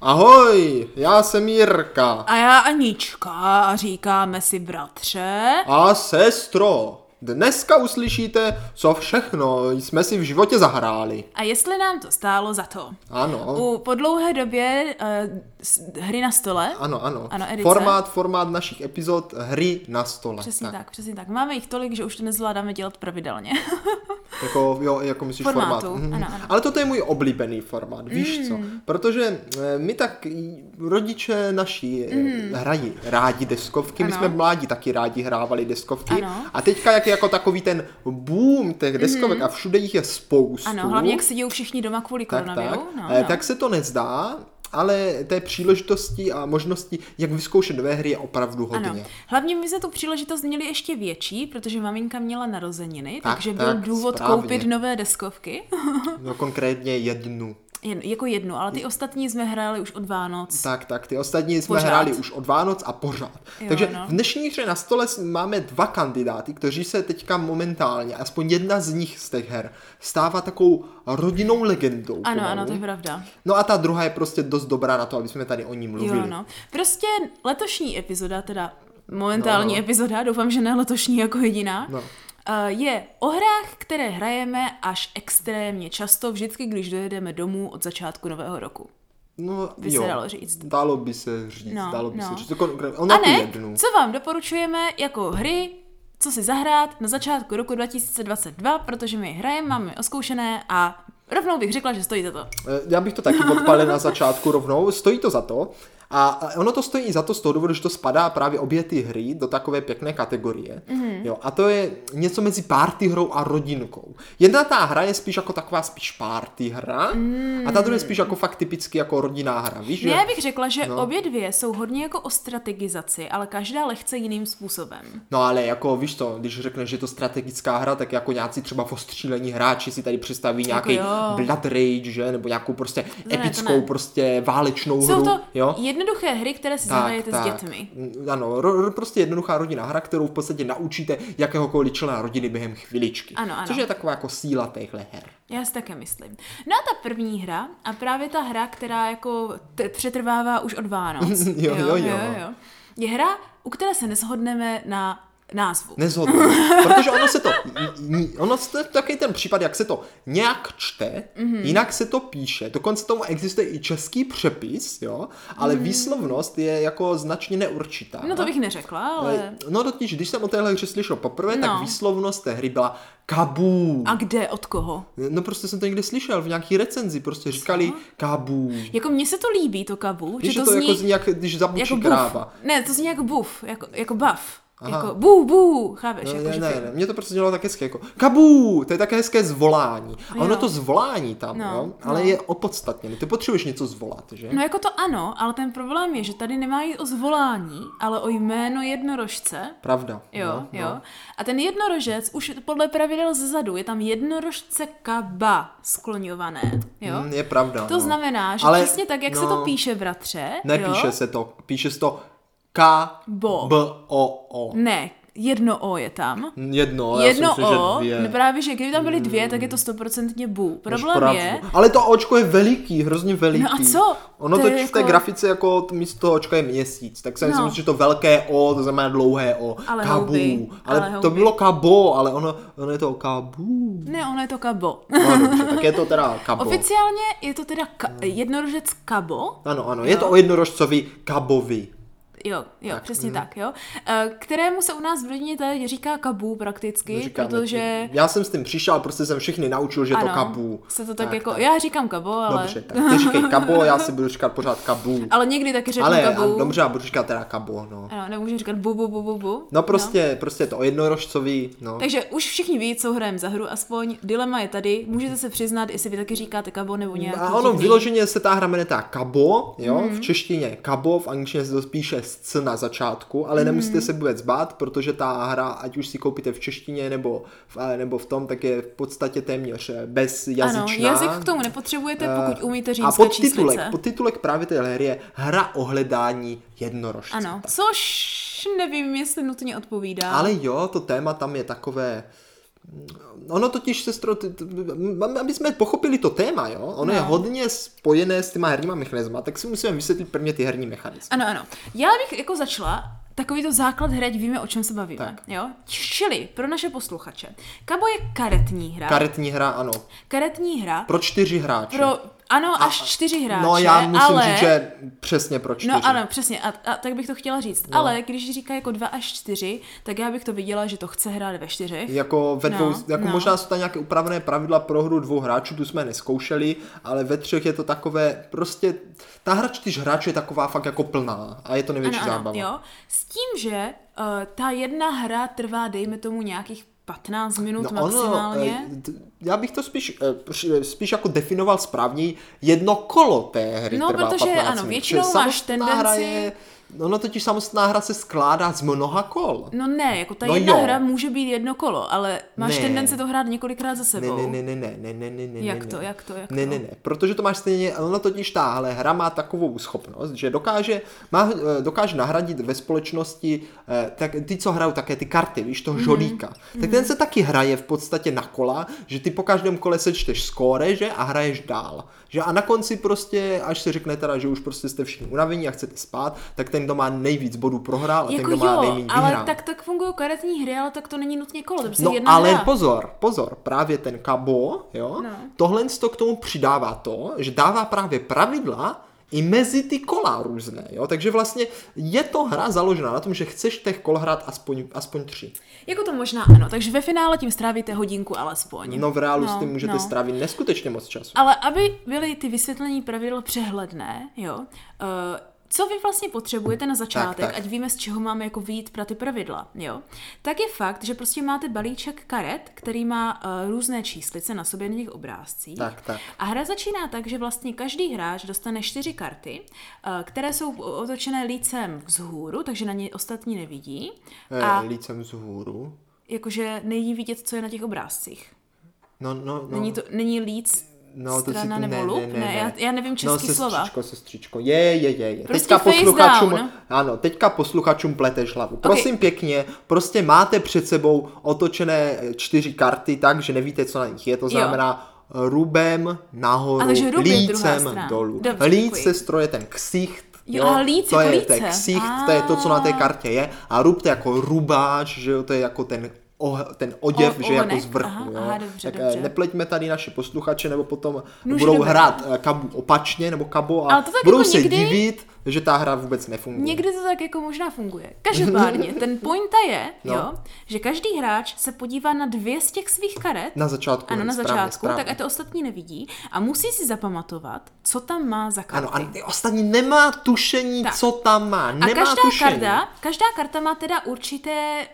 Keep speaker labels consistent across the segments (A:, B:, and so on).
A: Ahoj, já jsem Jirka.
B: A já Anička a říkáme si bratře.
A: A sestro, dneska uslyšíte, co všechno jsme si v životě zahráli.
B: A jestli nám to stálo za to.
A: Ano,
B: U po dlouhé době uh, hry na stole.
A: ano, ano.
B: Ano, Edice.
A: formát, formát našich epizod hry na stole.
B: Přesně tak. přesně tak. Máme jich tolik, že už to nezvládáme dělat pravidelně.
A: Jako, jo, jako myslíš
B: Formátu,
A: formát.
B: ano, ano. Mm.
A: Ale toto je můj oblíbený formát, víš co? Protože eh, my tak i rodiče naši mm. hrají rádi deskovky, my
B: Mhm. Ano.
A: jsme mládí taky rádi hrávali deskovky.
B: Ano. Mhm.
A: A teďka jak je jako takový ten boom těch deskovek a všude jich je spoustu.
B: ano, hlavně jak sedí všichni doma kvůli
A: tak, tak,
B: koronaviru. No,
A: eh,
B: no.
A: tak se to nezdá, ale té příležitosti a možnosti, jak vyzkoušet nové hry, je opravdu hodně.
B: Ano. Hlavně my jsme tu příležitost měli ještě větší, protože maminka měla narozeniny,
A: Tak,
B: takže
A: tak,
B: byl důvod
A: správně.
B: koupit nové deskovky.
A: No, konkrétně jednu.
B: Jen, jako jednu, ale ty ostatní jsme hráli už od Vánoc.
A: Tak, tak, ty ostatní jsme
B: Pořád.
A: hráli už od Vánoc a pořád.
B: Jo,
A: Takže
B: no.
A: v dnešní hře na stole s- máme dva kandidáty, kteří se teďka momentálně, aspoň jedna z nich z těch her, stává takovou rodinnou legendou.
B: Ano,
A: pomalu.
B: ano, to je pravda.
A: No a ta druhá je prostě dost dobrá na to, aby jsme tady o ní mluvili.
B: Jo, no. Prostě letošní epizoda, teda momentální
A: No,
B: no,
A: no.
B: no. epizoda, doufám, že ne letošní jako jediná,
A: No.
B: no. je o hrách, které hrajeme až extrémně často, vždycky, když dojedeme domů od začátku nového roku.
A: No,
B: By se
A: jo.
B: dalo říct.
A: Dalo by se říct,
B: No,
A: dalo by se
B: no.
A: říct. Kon- Ona
B: A
A: tu
B: ne,
A: jednu.
B: co vám doporučujeme jako hry, co si zahrát na začátku roku 2022, protože my je hrajeme, máme je oskoušené a rovnou bych řekla, že stojí za to.
A: Eh, Já bych to taky podpalil na začátku rovnou, stojí to za to. A a ono to stojí i za to z toho důvodu, že to spadá právě obě ty hry do takové pěkné kategorie.
B: Mhm.
A: Mm-hmm. Jo, a to je něco mezi party hrou a rodinkou. Jedna ta hra je spíš jako taková spíš party hra mm. a ta druhá je spíš jako fakt typicky jako rodinná hra. Víš,
B: Ne,
A: že...
B: já bych řekla, že no. obě dvě jsou hodně jako o strategizaci, ale každá lehce jiným způsobem.
A: No ale jako víš to, když řekneš, že je to strategická hra, tak jako nějací třeba v ostřílení hráči si tady představí nějaký
B: Jako jo.
A: Blood Rage, že? Nebo nějakou prostě
B: ne, to
A: epickou,
B: ne.
A: prostě válečnou
B: Jsou
A: hru.
B: to
A: jo?
B: jednoduché hry, které si zahrajete s dětmi.
A: Mm, Ano, ro, ro, prostě jednoduchá rodinná hra, kterou v podstatě naučíte jakéhokoliv člena rodiny během chviličky.
B: Ano, ano.
A: Což je taková jako síla těchto her.
B: Já si také myslím. No a ta první hra, a právě ta hra, která jako t- přetrvává už od Vánoc.
A: Jo, jo, jo.
B: Je hra, u které se neshodneme na názvu.
A: Nezhodnu. Protože ono se to, ono se to je takový ten případ, jak se to nějak čte,
B: Mhm.
A: mm-hmm. jinak se to píše. Dokonce tomu existuje i český přepis, jo, ale mm. výslovnost je jako značně neurčitá.
B: Mhm. No to bych neřekla, ale...
A: No totiž, když jsem o téhle hře slyšel poprvé, no. tak
B: No.
A: výslovnost té hry byla kabů.
B: A kde, od koho?
A: No prostě jsem to někde slyšel v nějaký recenzi, prostě říkali kabů.
B: Jako mně se to líbí, to kabu,
A: Víš,
B: že to,
A: to
B: zní
A: jako zní, jak když zabučí
B: jako
A: jako
B: buf.
A: kráva.
B: Ne, to zní jako buf, jako, jako buff.
A: Aha.
B: Jako bu, bu, chápeš?
A: No,
B: jako,
A: ne,
B: že
A: ne, ne, mě to prostě dělalo tak hezké, jako kabů, to je také hezké zvolání. A ono
B: Jo.
A: to zvolání tam, no,
B: No,
A: jo, ale
B: no.
A: je opodstatněné. Ty potřebuješ něco zvolat, že?
B: No jako to ano, ale ten problém je, že tady nemá jít o zvolání, ale o jméno jednorožce.
A: Pravda.
B: Jo,
A: no,
B: jo.
A: No.
B: A ten jednorožec už podle pravidel zezadu je tam jednorožce kaba skloňované. Jo?
A: Mm, je pravda.
B: To
A: no.
B: znamená, že
A: Ale-
B: přesně tak, jak se
A: no.
B: to píše, bratře.
A: Nepíše
B: jo?
A: se to, píše se to K
B: Bo.
A: B O O.
B: Ne, jedno O je tam.
A: Jedno,
B: jedno
A: No, já jsem
B: O, no
A: že dvě. Mm.
B: právě, že kdyby tam byly dvě, tak je to stoprocentně bu.
A: Máš
B: Problém
A: pravdu.
B: je,
A: Ale to očko je veliký, hrozně veliký.
B: No a co?
A: Ono
B: To
A: to
B: je
A: v té
B: jako-
A: grafice jako t- místo toho očka je měsíc, tak jsem
B: No.
A: si myslím, že to velké O, to znamená dlouhé O.
B: Ale
A: kabu.
B: houby,
A: Ale,
B: ale
A: to
B: houby.
A: bylo kabo, ale ono, ono je to kabu.
B: ne, ono je to kabo.
A: No dobře, tak je to teda kabo.
B: Oficiálně je to teda
A: Mm.
B: ka- jednorožec kabo,
A: Ano, ano,
B: No.
A: je to o jednorožcovi kabovi.
B: Jo, jo, tak, přesně
A: mm.
B: tak, jo. E, Kterému se u nás v rodině tady říká kabu prakticky,
A: Říkáme
B: protože...
A: ti. Já jsem s tím přišel, prostě jsem všechny naučil, že je to kabu.
B: se to tak, tak jako... Tak. Já říkám kabu, ale...
A: Dobře, tak ty říkej kabo, já si budu říkat pořád kabu.
B: Ale někdy taky řeknu
A: Ale
B: kabu.
A: a, dobře, já budu říkat teda kabo, no.
B: Ano, nemůžu říkat bu, bu, bu, bu, bu.
A: No prostě, no. prostě je to o jednorožcovi, no.
B: Takže už všichni ví, co hrajeme za hru, aspoň dilema je tady. Můžete se přiznat, jestli vy taky říkáte kabo nebo nějak.
A: A ono vyloženě se ta hra jmenuje ta Kabo, jo,
B: Mhm.
A: v češtině Kabo, v angličtině se to spíše sc na začátku,
B: Mhm.
A: ale nemusíte se vůbec bát, protože ta hra, ať už si koupíte v češtině nebo v, eh, nebo v tom, tak je v podstatě téměř eh,
B: Ano,
A: bezjazyčná. Eh,
B: jazyk k tomu nepotřebujete, pokud umíte říct
A: A podtitulek,
B: číslice.
A: podtitulek právě té hry je Hra o hledání jednorožce.
B: Ano, což nevím, jestli nutně odpovídá.
A: Ale jo, to téma tam je takové mm, Ono totiž, sestro, ty- t- m- aby jsme pochopili to téma, jo, ono
B: No.
A: je hodně spojené s těma herníma mechanismy, tak si musíme vysvětlit prvně ty herní mechanismy.
B: Ano, ano. Já bych jako začala takovýto základ hry, ať víme, o čem se bavíme.
A: Tak.
B: Jo? Čili pro naše posluchače. Kabo je karetní hra.
A: Karetní hra, ano.
B: karetní hra
A: Pro čtyři hráče.
B: pro, ano, až čtyři hráče.
A: no já musím
B: ale...
A: říct, že přesně pro čtyři.
B: No ano, přesně, a, a tak bych to chtěla říct. No. Ale když říká jako dva až čtyři, tak já bych to viděla, že to chce hrát ve čtyřech.
A: Jako, ve
B: No,
A: dvou, jako
B: no.
A: možná jsou tam nějaké upravené pravidla pro hru dvou hráčů, tu jsme neskoušeli, ale ve třech je to takové, prostě, ta hra čtyř hráčů je taková fakt jako plná a je to největší zábava.
B: jo. S tím, že uh, ta jedna hra trvá, dejme tomu, nějakých 15 minut no, maximálně.
A: eh, t- já bych to spíš, eh, při- spíš jako definoval správně, jedno kolo té hry
B: No,
A: trvá
B: protože
A: 15
B: ano,
A: minut.
B: většinou
A: Protože
B: máš
A: samostatná hra
B: tendenci-
A: Je, ono totiž samostatná hra se skládá z mnoha kol.
B: No ne, jako ta
A: No
B: jedna
A: jo.
B: hra může být jedno kolo, ale máš
A: Ne.
B: tendenci to hrát několikrát za
A: Ne,
B: sebou.
A: ne, ne, ne, ne, ne, ne, ne, ne,
B: Jak
A: ne.
B: to, jak to, jak
A: Ne,
B: to?
A: ne, ne, protože to máš stejně, ono totiž tahle hra má takovou schopnost, že dokáže, má, eh, dokáže nahradit ve společnosti eh, tak, ty, co hrajou také ty karty, víš, toho
B: Mhm.
A: žolíka. Tak ten se taky hraje v podstatě na kola, že ty po každém kole sečteš skóre, že, a hraješ dál. Že a na konci prostě, až se řekne teda, že už prostě jste všichni unavení a chcete spát, tak ten, kdo má nejvíc bodů prohrál a
B: Jako
A: ten, kdo má
B: jo,
A: nejméně
B: ale
A: vyhrál.
B: tak tak fungují karetní hry, ale tak to není nutně kolo, to je prostě
A: No
B: jedna
A: ale
B: hra.
A: pozor, pozor, právě ten kabo, jo,
B: No.
A: no. tohle to k tomu přidává to, že dává právě pravidla i mezi ty kola různé, jo, takže vlastně je to hra založená na tom, že chceš těch kol hrát aspoň, aspoň tři.
B: Jako to možná ano, takže ve finále tím strávíte hodinku alespoň.
A: No v reálu
B: No,
A: s tím můžete
B: no.
A: strávit neskutečně moc času.
B: Ale aby byly ty vysvětlení pravidel přehledné, jo, uh, co vy vlastně potřebujete na začátek,
A: tak.
B: ať víme, z čeho máme jako vyjít pro ty pravidla, jo, tak je fakt, že prostě máte balíček karet, který má uh, různé číslice na sobě na těch obrázcích.
A: Tak, tak.
B: A hra začíná tak, že vlastně každý hráč dostane čtyři karty, uh, které jsou otočené lícem vzhůru, takže na ně ostatní nevidí.
A: A...
B: A
A: Lícem vzhůru.
B: jakože není vidět, co je na těch obrázcích.
A: No, no, no.
B: Není, to, není líc
A: No, to
B: strana
A: si,
B: nebo
A: ne,
B: lup?
A: ne, ne, ne.
B: Já, já nevím český
A: no, sestřičko,
B: slova.
A: sestřičko, je, je, je, je.
B: Prostě
A: teďka
B: face
A: posluchačům,
B: down.
A: ano, teďka posluchačům pleteš hlavu. Prosím pěkně, prostě máte před sebou otočené eh, čtyři karty tak, že nevíte, co na nich je, to znamená jo. rubem nahoru,
B: A takže rub je druhá
A: lícem
B: strana.
A: dolů.
B: Dobře,
A: Líc
B: děkuji.
A: se stroje ten ksicht,
B: Jo, a líc
A: to
B: jako
A: je, to je
B: líce.
A: ksicht, to je to, co na té kartě je. A rub to je jako rubáč, že jo, to je jako ten Oh, ten oděv,
B: O-
A: že jako
B: ohonek,
A: z vrchu.
B: aha,
A: jo.
B: aha, dobře,
A: tak eh,
B: dobře.
A: nepleťme tady naše posluchače, nebo potom
B: No,
A: no,
B: že
A: budou
B: dobré.
A: hrát eh, kabu opačně, nebo kabo a
B: Ale to tak
A: budou
B: jako
A: se
B: někdy-
A: divit, že ta hra vůbec nefunguje.
B: Někdy to tak jako možná funguje. Každopádně, ten pointa je,
A: No.
B: jo, že každý hráč se podívá na dvě z těch svých karet.
A: Na začátku.
B: ano,
A: hry,
B: na
A: správně,
B: začátku,
A: správně.
B: tak ať to ostatní nevidí a musí si zapamatovat, co tam má za karty.
A: Ano, a ty ostatní nemá tušení,
B: Tak.
A: co tam má. Nemá
B: a každá
A: tušení.
B: karta, každá karta má teda určité,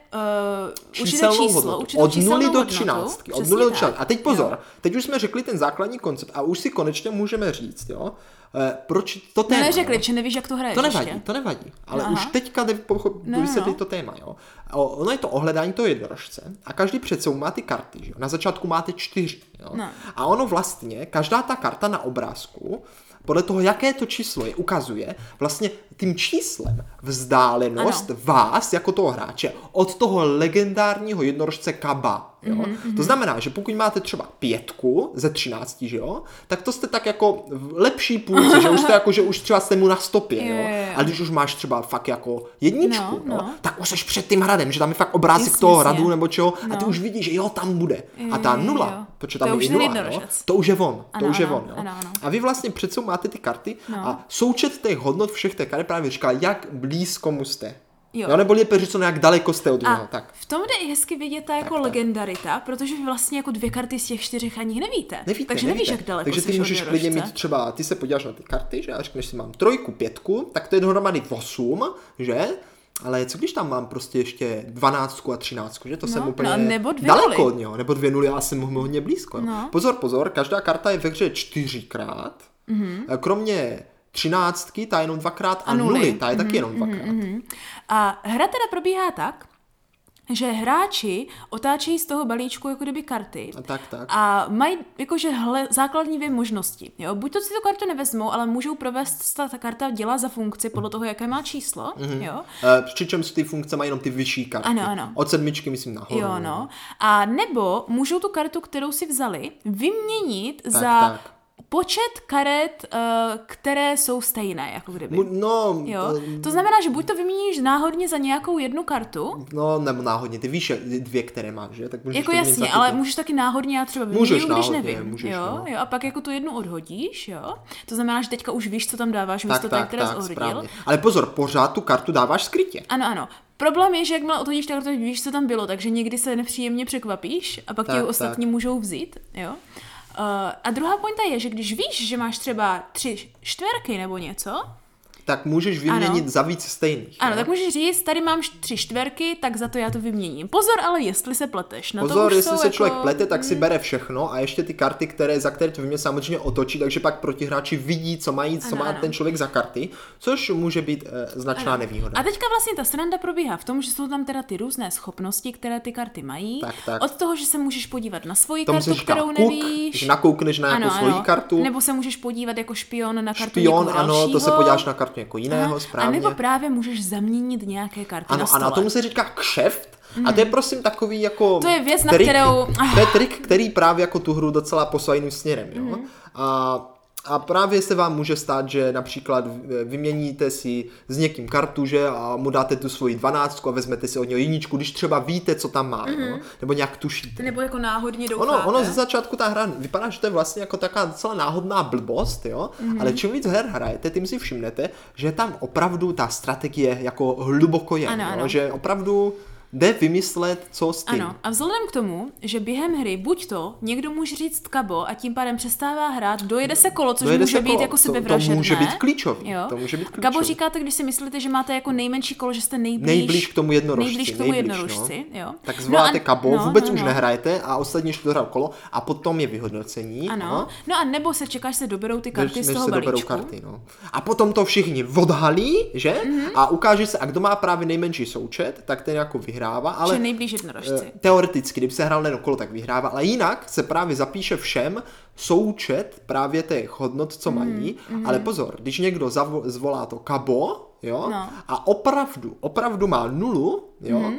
B: uh, určité
A: číselnou
B: číslo,
A: hodnotu.
B: určitou
A: Od 0
B: číselnou
A: do
B: hodnotu.
A: 13. Od
B: Přesně
A: 0 do
B: tak.
A: 13. A teď pozor,
B: Jo.
A: teď už jsme řekli ten základní koncept a už si konečně můžeme říct, jo, eh, proč to
B: No
A: téma.
B: neřekli, že nevíš, jak to hraješ
A: To nevadí,
B: ještě.
A: to nevadí. Ale
B: No,
A: no, už
B: aha.
A: teďka jde pocho-
B: No, no,
A: vysvětlit
B: no.
A: to téma, jo. O, ono je to ohledání toho jednorožce a každý před sebou má ty karty, že jo. Na začátku máte čtyři, jo.
B: No.
A: A ono vlastně, každá ta karta na obrázku, podle toho, jaké to číslo je, ukazuje vlastně tím číslem vzdálenost
B: Ano.
A: vás, jako toho hráče, od toho legendárního jednorožce Kaba. Jo?
B: Mhm,
A: Mm-hmm. To znamená, že pokud máte třeba pětku ze třinácti, že jo, tak to jste tak jako v lepší půlce, že už jste jako, že už třeba jste mu na stopě,
B: Jo,
A: jo.
B: jo, jo.
A: A když už máš třeba fakt jako jedničku, no,
B: No, no.
A: tak už jsi před tím hradem, že tam je fakt obrázek
B: Jasně,
A: toho
B: jasně.
A: hradu nebo čeho, a ty
B: No.
A: už vidíš, že jo, tam bude. A
B: Jo,
A: ta
B: jo, jo.
A: nula, protože tam
B: To
A: je
B: už
A: i
B: ten
A: nula, jo,
B: jednorožec.
A: to už je on, to
B: Ano,
A: už je
B: ano,
A: on, jo.
B: ano, ano.
A: A vy vlastně před sebou máte ty karty
B: No.
A: a součet těch hodnot všech těch karet právě říká, jak blízko mu jste.
B: Jo.
A: Jo. jo nebo lépe řečeno, jak daleko jste od něho.
B: A
A: No, Tak.
B: v tom jde i hezky vidět ta jako
A: tak.
B: legendarita, protože vy vlastně jako dvě karty z těch čtyřech ani nevíte.
A: Nevíte,
B: Takže
A: nevíte.
B: nevíš, jak daleko
A: Takže ty
B: seš od
A: můžeš
B: Jorožce.
A: klidně mít třeba, ty se podíváš na ty karty, že a řekneš si, mám trojku, pětku, tak to je dohromady 8, že? Ale co když tam mám prostě ještě 12 a 13, že to
B: No,
A: jsem úplně
B: no, nebo dvě
A: daleko
B: nuly.
A: od něho, nebo dvě nuly, já jsem mu hodně blízko. jo.
B: No.
A: Pozor, pozor, každá karta je ve hře čtyřikrát, mm-hmm. kromě třináctky, ta je jenom dvakrát a,
B: Mhm. A nuly. Mhm,
A: nuly, ta je taky jenom dvakrát.
B: A hra teda probíhá tak, že hráči otáčejí z toho balíčku jako kdyby karty.
A: A tak, tak.
B: A mají jakože hle, základní dvě možnosti. Jo? Buď to si tu kartu nevezmou, ale můžou provést, co ta karta dělá za funkci podle toho, jaké má číslo. Mm-hmm. Jo?
A: Eh, Přičemž ty funkce mají jenom ty vyšší karty.
B: Ano, ano.
A: Od sedmičky, myslím, nahoru.
B: Jo, no. A nebo můžou tu kartu, kterou si vzali, vyměnit tak, za
A: tak.
B: počet karet, eh, které jsou stejné, jako kdyby.
A: Mu- No,
B: Jo?
A: eh,
B: To znamená, že buď to vyměníš náhodně za nějakou jednu kartu,
A: no, nebo náhodně, ty víš jak- dvě, které máš, že? Tak můžeš
B: jako
A: to měnit
B: jasně,
A: za ty
B: ale
A: dvě.
B: můžeš taky náhodně, já třeba vyměním,
A: Můžeš
B: když
A: náhodně,
B: nevím.
A: můžeš,
B: jo?
A: no.
B: jo, a pak jako tu jednu odhodíš, jo. To znamená, že teďka už víš, co tam dáváš, místo
A: tak,
B: té,
A: tak,
B: které jsi
A: tak,
B: odhodil.
A: správně. Ale pozor, pořád tu kartu dáváš skrytě.
B: Ano, ano. Problém je, že jakmile odhodíš, tak to víš, co tam bylo, takže někdy se nepříjemně překvapíš a pak
A: Tak,
B: tak, ti ostatní tak. můžou vzít, jo. Uh, a druhá pointa je, že když víš, že máš třeba tři čtverky nebo něco,
A: Tak můžeš vyměnit za víc stejných.
B: ano,
A: jo?
B: tak můžeš říct, tady mám š- tři čtverky, tak za to já to vyměním. Pozor, ale jestli se pleteš. Na to
A: Pozor,
B: už
A: jestli
B: jsou
A: se
B: jako...
A: člověk plete, tak si bere všechno a ještě ty karty, které, za které to mě samozřejmě otočí, takže pak protihráči vidí, co mají, co
B: Ano,
A: má
B: ano.
A: ten člověk za karty, což může být eh, značná nevýhoda.
B: A teďka vlastně ta sranda probíhá v tom, že jsou tam teda ty různé schopnosti, které ty karty mají.
A: Tak, tak.
B: Od toho, že se můžeš podívat na svoji
A: Tomu se
B: kartu,
A: říká
B: kterou
A: kuk,
B: nevíš.
A: že nakoukneš na nějakou svoji kartu,
B: Nebo se můžeš podívat jako špion na kartu
A: špion,
B: někoho
A: ano,
B: dalšího.
A: to se podíváš na kartu někoho
B: Aha.
A: jiného, správně.
B: A nebo právě můžeš zaměnit nějaké karty na
A: Ano,
B: stole.
A: ano, a tomu se říká kšeft. A to je prosím takový jako...
B: Mhm. To je věc, na
A: trik,
B: kterou- Ah.
A: To je trik, který právě jako tu hru docela posouvá jiným směrem, jo.
B: Mhm.
A: A, a právě se vám může stát, že například vy- vyměníte si s někým kartu, že a mu dáte tu svoji dvanáctku a vezmete si od něho jedničku, když třeba víte, co tam má, jo?
B: Mhm.
A: nebo nějak tušíte.
B: Nebo jako náhodně doufáte.
A: Ono, ono ze začátku ta hra vypadá, že to je vlastně jako taková docela náhodná blbost, jo?
B: Mhm.
A: Mm-hmm. ale čím víc her hrajete, tím si všimnete, že tam opravdu ta strategie jako hluboko je,
B: Ano,
A: jo?
B: ano.
A: že opravdu jde vymyslet, co s tím.
B: Ano, a vzhledem k tomu, že během hry buď to někdo může říct kabo a tím pádem přestává hrát, dojede se kolo, což
A: Dojede
B: může
A: se
B: být
A: kolo, to-
B: jako
A: to
B: sebevražedné.
A: může být klíčový,
B: Jo?
A: to může být
B: Kabo
A: klíčový.
B: říkáte, když si myslíte, že máte jako nejmenší kolo, že jste nejblíž,
A: Nejblíž k tomu jednorožci.
B: Nejblíž k tomu
A: nejblíž,
B: jednorožci,
A: no.
B: jo.
A: Tak zvoláte
B: a- no,
A: kabo, vůbec už nehrajete a ostatně šli dohrát kolo a potom je vyhodnocení.
B: Ano,
A: aha.
B: no a nebo se čekáš, se doberou ty karty
A: než,
B: z
A: než
B: toho
A: se
B: balíčku.
A: doberou karty. No. A potom to všichni odhalí, že?
B: Mhm.
A: Mm-hmm. A ukáže se, a kdo má právě nejmenší součet, tak ten jako vyhrává, ale
B: Že nejblíž jednorožci.
A: eh, teoreticky, kdyby se hrál jenom kolo, tak vyhrává, ale jinak se právě zapíše všem součet právě těch hodnot, co
B: Hmm,
A: mají, mm-hmm. ale pozor, když někdo zavo- zvolá to kabo, jo,
B: No. Hmm.
A: a opravdu, opravdu má nulu, jo, mm-hmm.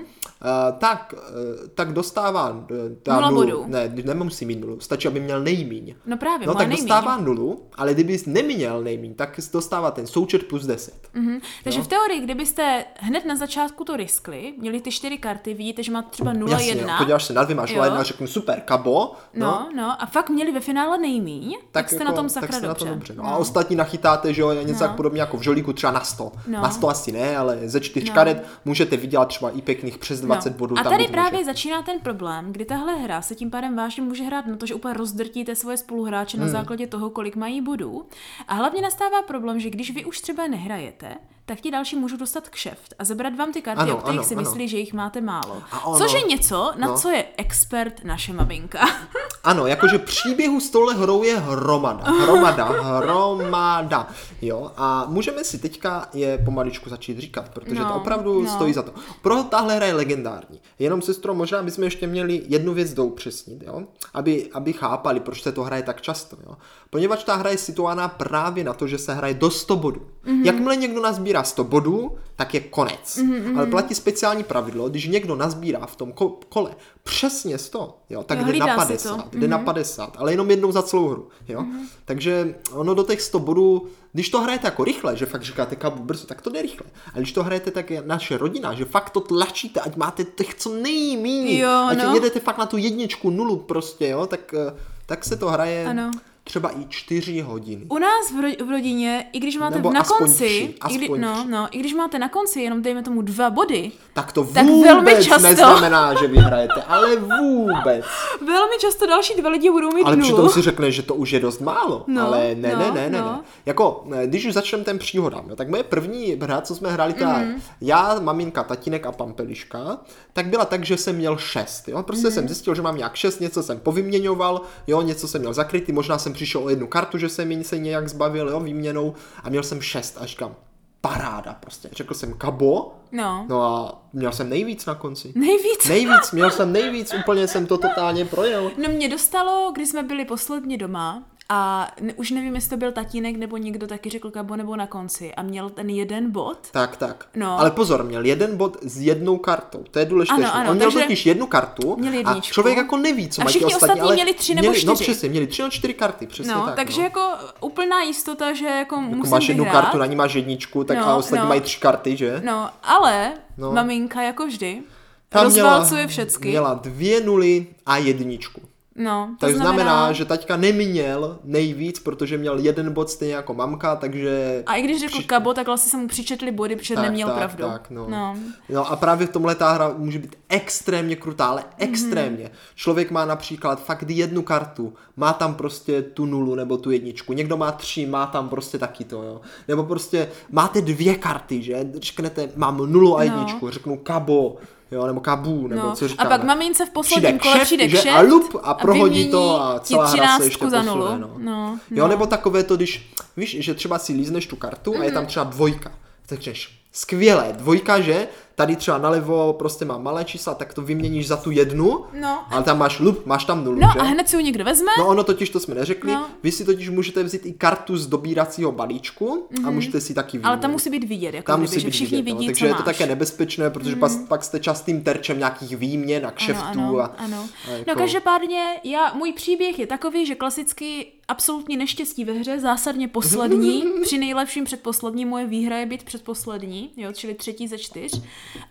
A: Uh, tak, uh, tak dostává eh, ta
B: Nula
A: nulu-
B: bodů.
A: Ne, nemusí mít nulu, stačí, aby měl nejmíň.
B: No právě,
A: No
B: má
A: tak
B: nejmíň.
A: dostává nulu, ale kdyby jsi neměl nejmíň, tak jsi dostává ten součet plus 10.
B: Mhm. Takže v teorii, kdybyste hned na začátku to riskli, měli ty čtyři karty, vidíte, že máte třeba 0,1.
A: Jasně, jo, podíváš se na dvě, máš
B: Jo.
A: 0,1 a řeknu super, kabo, no,
B: No, no, no, a fakt měli ve finále nejmíň, tak, tak jste
A: jako,
B: na tom sakra
A: tak jste
B: dobře.
A: Na tom dobře no. A ostatní nachytáte, že jo, je něco no. tak podobně jako v žolíku třeba na 100.
B: No.
A: Na 100 asi ne, ale ze čtyř
B: No.
A: no. karet můžete vydělat třeba i pěkných přes 20
B: no.
A: bodů.
B: A
A: tam
B: tady
A: být
B: právě
A: může.
B: začíná ten problém, kdy tahle hra se tím pádem vážně může hrát na to, že úplně rozdrtíte svoje spoluhráče
A: Hmm.
B: na základě toho, kolik mají bodů. A hlavně nastává problém, že když vy už třeba nehrajete, tak ti další můžou dostat kšeft a zabrat vám ty karty,
A: Ano,
B: o kterých
A: ano,
B: si
A: ano.
B: myslí, že jich máte málo.
A: A ono-
B: Což je něco, na
A: no.
B: co je expert naše maminka.
A: Ano, jakože příběhů s touhle hrou je hromada, hromada, hromada, jo, a můžeme si teďka je pomaličku začít říkat, protože
B: No,
A: to opravdu
B: no.
A: stojí za to. Pro tahle hra je legendární, jenom sestro, možná bychom ještě měli jednu věc doupřesnit, jo, aby, aby chápali, proč se to hraje tak často, jo, poněvadž ta hra je situovaná právě na to, že se hraje do 100 bodů.
B: Mhm.
A: Mm-hmm. Jakmile někdo nazbírá 100 bodů, tak je konec.
B: mhm,
A: Mm-hmm. Ale platí speciální pravidlo, když někdo nazbírá v tom ko- kole přesně 100, jo, tak
B: Jo,
A: jde na
B: hlídá se to. Mhm.
A: 50 jde na 50, ale jenom jednou za celou hru. Jo? Takže ono do těch 100 bodů, když to hrajete jako rychle, že fakt říkáte kabu brzo, tak to jde rychle. A když to hrajete tak je naše rodina, že fakt to tlačíte, ať máte těch co nejméně,
B: Jo,
A: ať
B: no.
A: jedete fakt na tu jedničku, nulu prostě, jo? Tak, eh, tak se to hraje
B: Ano.
A: třeba i 4 hodiny.
B: U nás v, ro- v rodině, i když máte
A: Nebo
B: na
A: aspoň
B: konci,
A: tři,
B: i, kdy,
A: aspoň
B: no,
A: tři.
B: no, i když máte na konci jenom dejme tomu dva body,
A: Tak to
B: Tak
A: vůbec
B: velmi často.
A: neznamená, že vyhrajete, ale vůbec.
B: velmi často další dva lidi budou mít
A: Ale
B: nulu.
A: přitom si řekne, že to už je dost málo.
B: No,
A: No, ale ne,
B: no,
A: no, ne, ne, ne,
B: no.
A: ne. Jako, eh, když už začneme ten příhodám, jo, tak moje první hra, co jsme hráli, teda mm-hmm. já, maminka, tatínek a pampeliška, tak byla tak, že jsem měl šest. Jo? Prostě mm-hmm. jsem zjistil, že mám nějak šest, něco jsem povyměňoval, jo, něco jsem měl zakrytý, možná jsem přišel o jednu kartu, že jsem ji se nějak zbavil, jo, výměnou a měl jsem šest a říkám, paráda prostě. Řekl jsem kabo,
B: No.
A: no a měl jsem nejvíc na konci.
B: Nejvíc.
A: Nejvíc, měl jsem nejvíc, úplně jsem to totálně projel.
B: No mě dostalo, když jsme byli posledně doma a ne, už nevím, jestli to byl tatínek nebo někdo taky řekl kabo nebo na konci a měl ten jeden bod.
A: Tak, tak.
B: No.
A: Ale pozor, měl jeden bod s jednou kartou. To je důležité.
B: Ano,
A: že-
B: ano,
A: On měl
B: takže-
A: totiž jednu kartu
B: Měl
A: a
B: jedničku.
A: člověk jako neví, co
B: A
A: mají ti
B: všichni
A: ostatní.
B: ostatní
A: ale
B: měli tři nebo
A: měli, No
B: čtyři.
A: přesně, měli tři nebo čtyři karty, přesně
B: No,
A: tak.
B: takže
A: no.
B: jako úplná jistota, že jako, jako musím
A: máš jednu
B: vyhrát.
A: kartu, na ní máš jedničku, tak
B: No,
A: a ostatní
B: no.
A: mají tři karty, že?
B: No, ale
A: No.
B: no. maminka jako vždy Tam rozválcuje všecky.
A: Měla dvě nuly a jedničku.
B: No, to
A: Takže
B: znamená,
A: znamená, že taťka neměl nejvíc, protože měl jeden bod stejně jako mamka, takže...
B: A i když řekl kabo, tak vlastně se mu přičetli body, protože
A: Tak,
B: neměl
A: tak,
B: pravdu.
A: tak, no.
B: no.
A: No a právě v tomhle ta hra může být extrémně krutá, ale
B: Mhm.
A: extrémně. Člověk má například fakt jednu kartu, má tam prostě tu nulu nebo tu jedničku, někdo má tři, má tam prostě taky to, jo. Nebo prostě máte dvě karty, že? Řeknete, mám nulu a
B: No.
A: jedničku, řeknu kabo, jo, nebo kabu, nebo
B: No.
A: co
B: A
A: říkáme.
B: pak mamince v posledním
A: Přijde
B: kole
A: kšeft,
B: přijde
A: že?
B: kšeft
A: A lup a prohodí
B: vymění
A: to a
B: ti
A: celá hra se
B: třináctku
A: ještě
B: za
A: posune,
B: nulu.
A: no.
B: No,
A: Jo,
B: no.
A: nebo takové to, když víš, že třeba si lízneš tu kartu a je
B: Mhm.
A: tam třeba dvojka, tak řekneš, skvělé, dvojka, že? Tady třeba nalevo prostě má malé čísla, tak to vyměníš za tu jednu,
B: No.
A: ale tam máš lup, máš tam nulu, že?
B: No a hned si ho někdo vezme.
A: No ono totiž, to jsme neřekli,
B: No.
A: vy si totiž můžete vzít i kartu z dobíracího balíčku a můžete si taky vyměnit.
B: Mhm. Ale tam musí být vidět, jako
A: Tam
B: kdyby,
A: musí
B: že
A: být
B: všichni
A: vidět,
B: vidí,
A: no.
B: co
A: Takže je to
B: máš. Hmm.
A: také nebezpečné, protože pas, pak jste častým terčem nějakých výměn a kšeftů.
B: ano,
A: a,
B: ano.
A: a jako...
B: No každopádně já, můj příběh je takový, že klasicky absolutní neštěstí ve hře, zásadně poslední, při nejlepším předposlední, moje výhra je být předposlední, jo, čili třetí ze čtyř.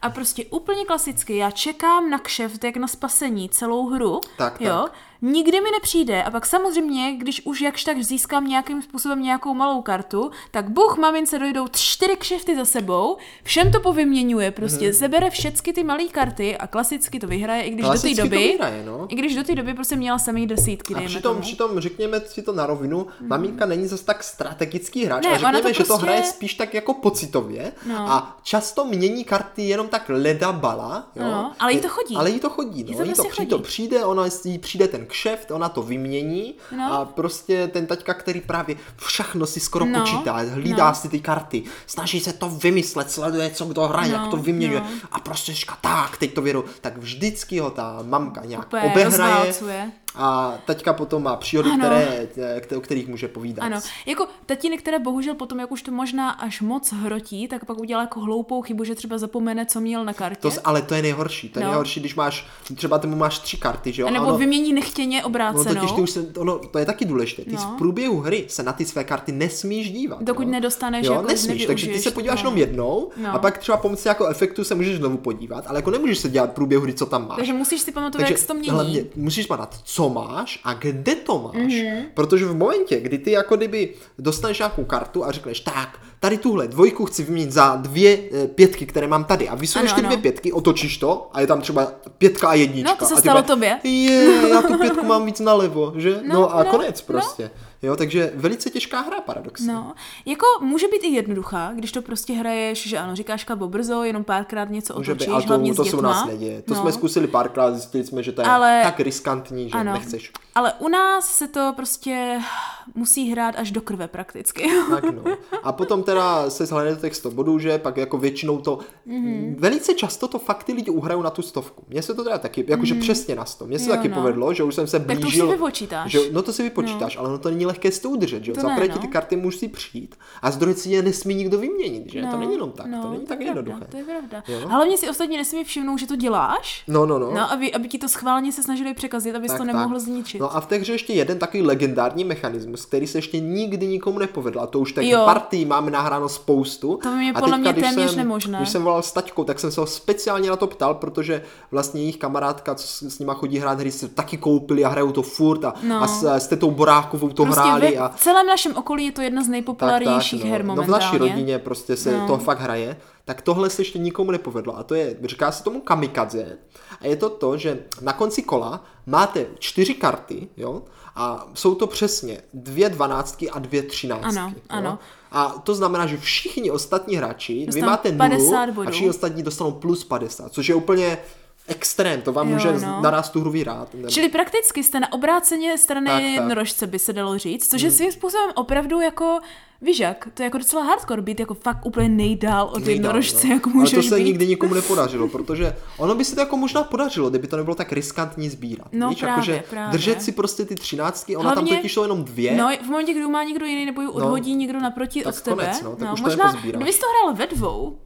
B: A prostě úplně klasicky, já čekám na kšeft, jak na spasení celou hru,
A: Tak,
B: jo, nikdy mi nepřijde a pak samozřejmě, když už jakž tak získám nějakým způsobem nějakou malou kartu, tak buch mamince dojdou čtyři kšefty za sebou, všem to povyměňuje, prostě
A: Mhm.
B: hmm. sebere všecky ty malé karty a klasicky to vyhraje, i když
A: Klasicky
B: do té
A: to
B: doby,
A: vyhraje, no.
B: i když do té doby prostě měla samý desítky,
A: A
B: dejme
A: přitom,
B: tomu.
A: přitom, řekněme si to na rovinu, mm. maminka není zas tak strategický hráč
B: Ne,
A: a
B: ona
A: řekněme,
B: to
A: že to
B: prostě-
A: hraje spíš tak jako pocitově
B: No.
A: a často mění karty jenom tak leda bala. Jo?
B: No, ale jí to chodí.
A: Ale jí to chodí, no.
B: Jí
A: jí
B: to
A: to, jí to,
B: prostě
A: při- to
B: chodí.
A: přijde, ona jí přijde ten kšeft, ona to vymění
B: No.
A: a prostě ten taťka, který právě všechno si skoro
B: No,
A: počítá, hlídá
B: no.
A: si ty karty, snaží se to vymyslet, sleduje, co kdo hraje,
B: No,
A: jak to vyměňuje
B: no.
A: a prostě říká, tak, teď to věru, tak vždycky ho ta mamka nějak
B: Úplně
A: obehraje.
B: rozválcuje.
A: A taťka potom má příhody,
B: Ano.
A: které, eh, kte- o kterých může povídat.
B: Ano, jako tatínek, které bohužel potom, jak už to možná až moc hrotí, tak pak udělá jako hloupou chybu, že třeba zapomene, co měl na kartě.
A: To, s- ale to je nejhorší. To je
B: No.
A: nejhorší, když máš, třeba tomu máš tři karty, že jo?
B: a
A: a
B: nebo
A: ono-
B: vymění nechtěně
A: No
B: obrácenou.
A: totiž ty už se, ono, to je taky důležité. Ty
B: No.
A: v průběhu hry se na ty své karty nesmíš dívat.
B: Dokud
A: jo.
B: nedostaneš,
A: jo,
B: jako
A: nesmíš, takže ty
B: nevyužiješ
A: se podíváš
B: to.
A: jenom jednou
B: No.
A: a pak třeba pomocí jako efektu se můžeš znovu podívat, ale jako nemůžeš se dělat v průběhu hry, co tam máš.
B: Takže musíš si pamatovat, jak se to mění.
A: hlavně musíš padat, co máš a kde to máš.
B: Mhm.
A: Protože v momentě, kdy ty jako kdyby dostaneš nějakou kartu a řekneš, tak, tady tuhle dvojku chci vyměnit za dvě eh, pětky, které mám tady a vysuneš
B: Ano,
A: ty
B: ano.
A: dvě pětky, otočíš to a je tam třeba pětka a jednička.
B: No, to se
A: a ty
B: stalo
A: bude,
B: tobě.
A: Je, já tu pětku mám víc nalevo, že? No,
B: No,
A: a
B: no,
A: konec
B: no.
A: prostě. Jo, takže velice těžká hra paradoxně.
B: No, jako může být i jednoduchá, když to prostě hraješ, že ano, říkáš kabo brzo, jenom párkrát něco
A: Může
B: otočíš,
A: být, ale to,
B: hlavně s
A: to se u nás
B: dětma.
A: neděje. To
B: No.
A: jsme zkusili párkrát, zjistili jsme, že to je
B: Ale-
A: tak riskantní, že nechceš.
B: Ale u nás se to prostě musí hrát až do krve prakticky.
A: Tak no. A potom teda se zhledne těch 100 bodů, že pak jako většinou to,
B: Mhm.
A: mm-hmm. velice často to fakt ty lidi uhrajou na tu stovku. Mně se to teda taky, jakože mm-hmm. přesně na 100. Mně se
B: Mhm. Jo,
A: taky
B: no.
A: povedlo, že už jsem se
B: to už
A: blížil.
B: si vypočítáš.
A: Že, no to si vypočítáš, no. ale ono to není lehké s to udržet, že jo.
B: To
A: Za
B: ne,
A: prvé
B: no.
A: ti ty karty musí přijít a z druhé si je nesmí nikdo vyměnit, že? to
B: No,
A: není jenom tak, to není
B: je
A: tak
B: pravda,
A: jednoduché.
B: To je pravda.
A: Jo.
B: A hlavně si ostatně nesmí všimnout, že to děláš.
A: No, no, no.
B: No, aby, aby ti to schválně se snažili překazit, abys to nemohl zničit.
A: No a v té hře ještě jeden takový legendární mechanismus, který se ještě nikdy nikomu nepovedl. A to už těch
B: Jo.
A: partí máme nahráno spoustu.
B: To mi je
A: a
B: podle mě
A: když
B: téměř
A: jsem,
B: nemožné.
A: Když jsem volal s taťkou, tak jsem se ho speciálně na to ptal, protože vlastně jejich kamarádka, co s, s nima chodí hrát hry, si to taky koupili a hrajou to furt a,
B: No.
A: a s, s tetou Borákovou to hráli.
B: Prostě ve
A: A,
B: celém našem okolí je to jedna z
A: tak, tak,
B: nejpopulárnějších
A: no.
B: her
A: no v
B: momentálně.
A: naší rodině prostě se
B: No.
A: to fakt hraje, tak tohle se ještě nikomu nepovedlo a to je, říká se tomu kamikadze a je to to, že na konci kola máte čtyři karty, jo, a jsou to přesně dvě dvanáctky a dvě třináctky.
B: Ano,
A: jo?
B: ano.
A: A to znamená, že všichni ostatní hráči, vy
B: Dostanou
A: máte
B: 50
A: nulu
B: bodů.
A: a všichni ostatní dostanou plus 50, což je úplně extrém, to vám jo,
B: Jo,
A: může
B: no.
A: no. na nás tu hru vyrát. Nebo-
B: Čili prakticky jste na obráceně strany tak,
A: Tak,
B: tak.
A: tak. Hmm.
B: jednorožce, by se dalo říct, což je svým způsobem opravdu jako vyžak. To je jako docela hardcore být jako fakt úplně nejdál od nejdál,
A: Nejdál,
B: jednorožce,
A: no.
B: jak můžeš
A: Ale to se
B: být.
A: nikdy nikomu nepodařilo, protože ono by se to jako možná podařilo, kdyby to nebylo tak riskantní sbírat.
B: No,
A: víš?
B: právě,
A: jakože
B: právě.
A: držet si prostě ty třináctky, ona
B: Hlavně-
A: tam totiž šlo jenom dvě.
B: No, v momentě, kdy má někdo jiný nebo ji odhodí někdo naproti
A: No. tak
B: od tebe,
A: konec, no, tak už to
B: možná,
A: nepozbíráš.
B: kdyby jsi to hrál ve dvou,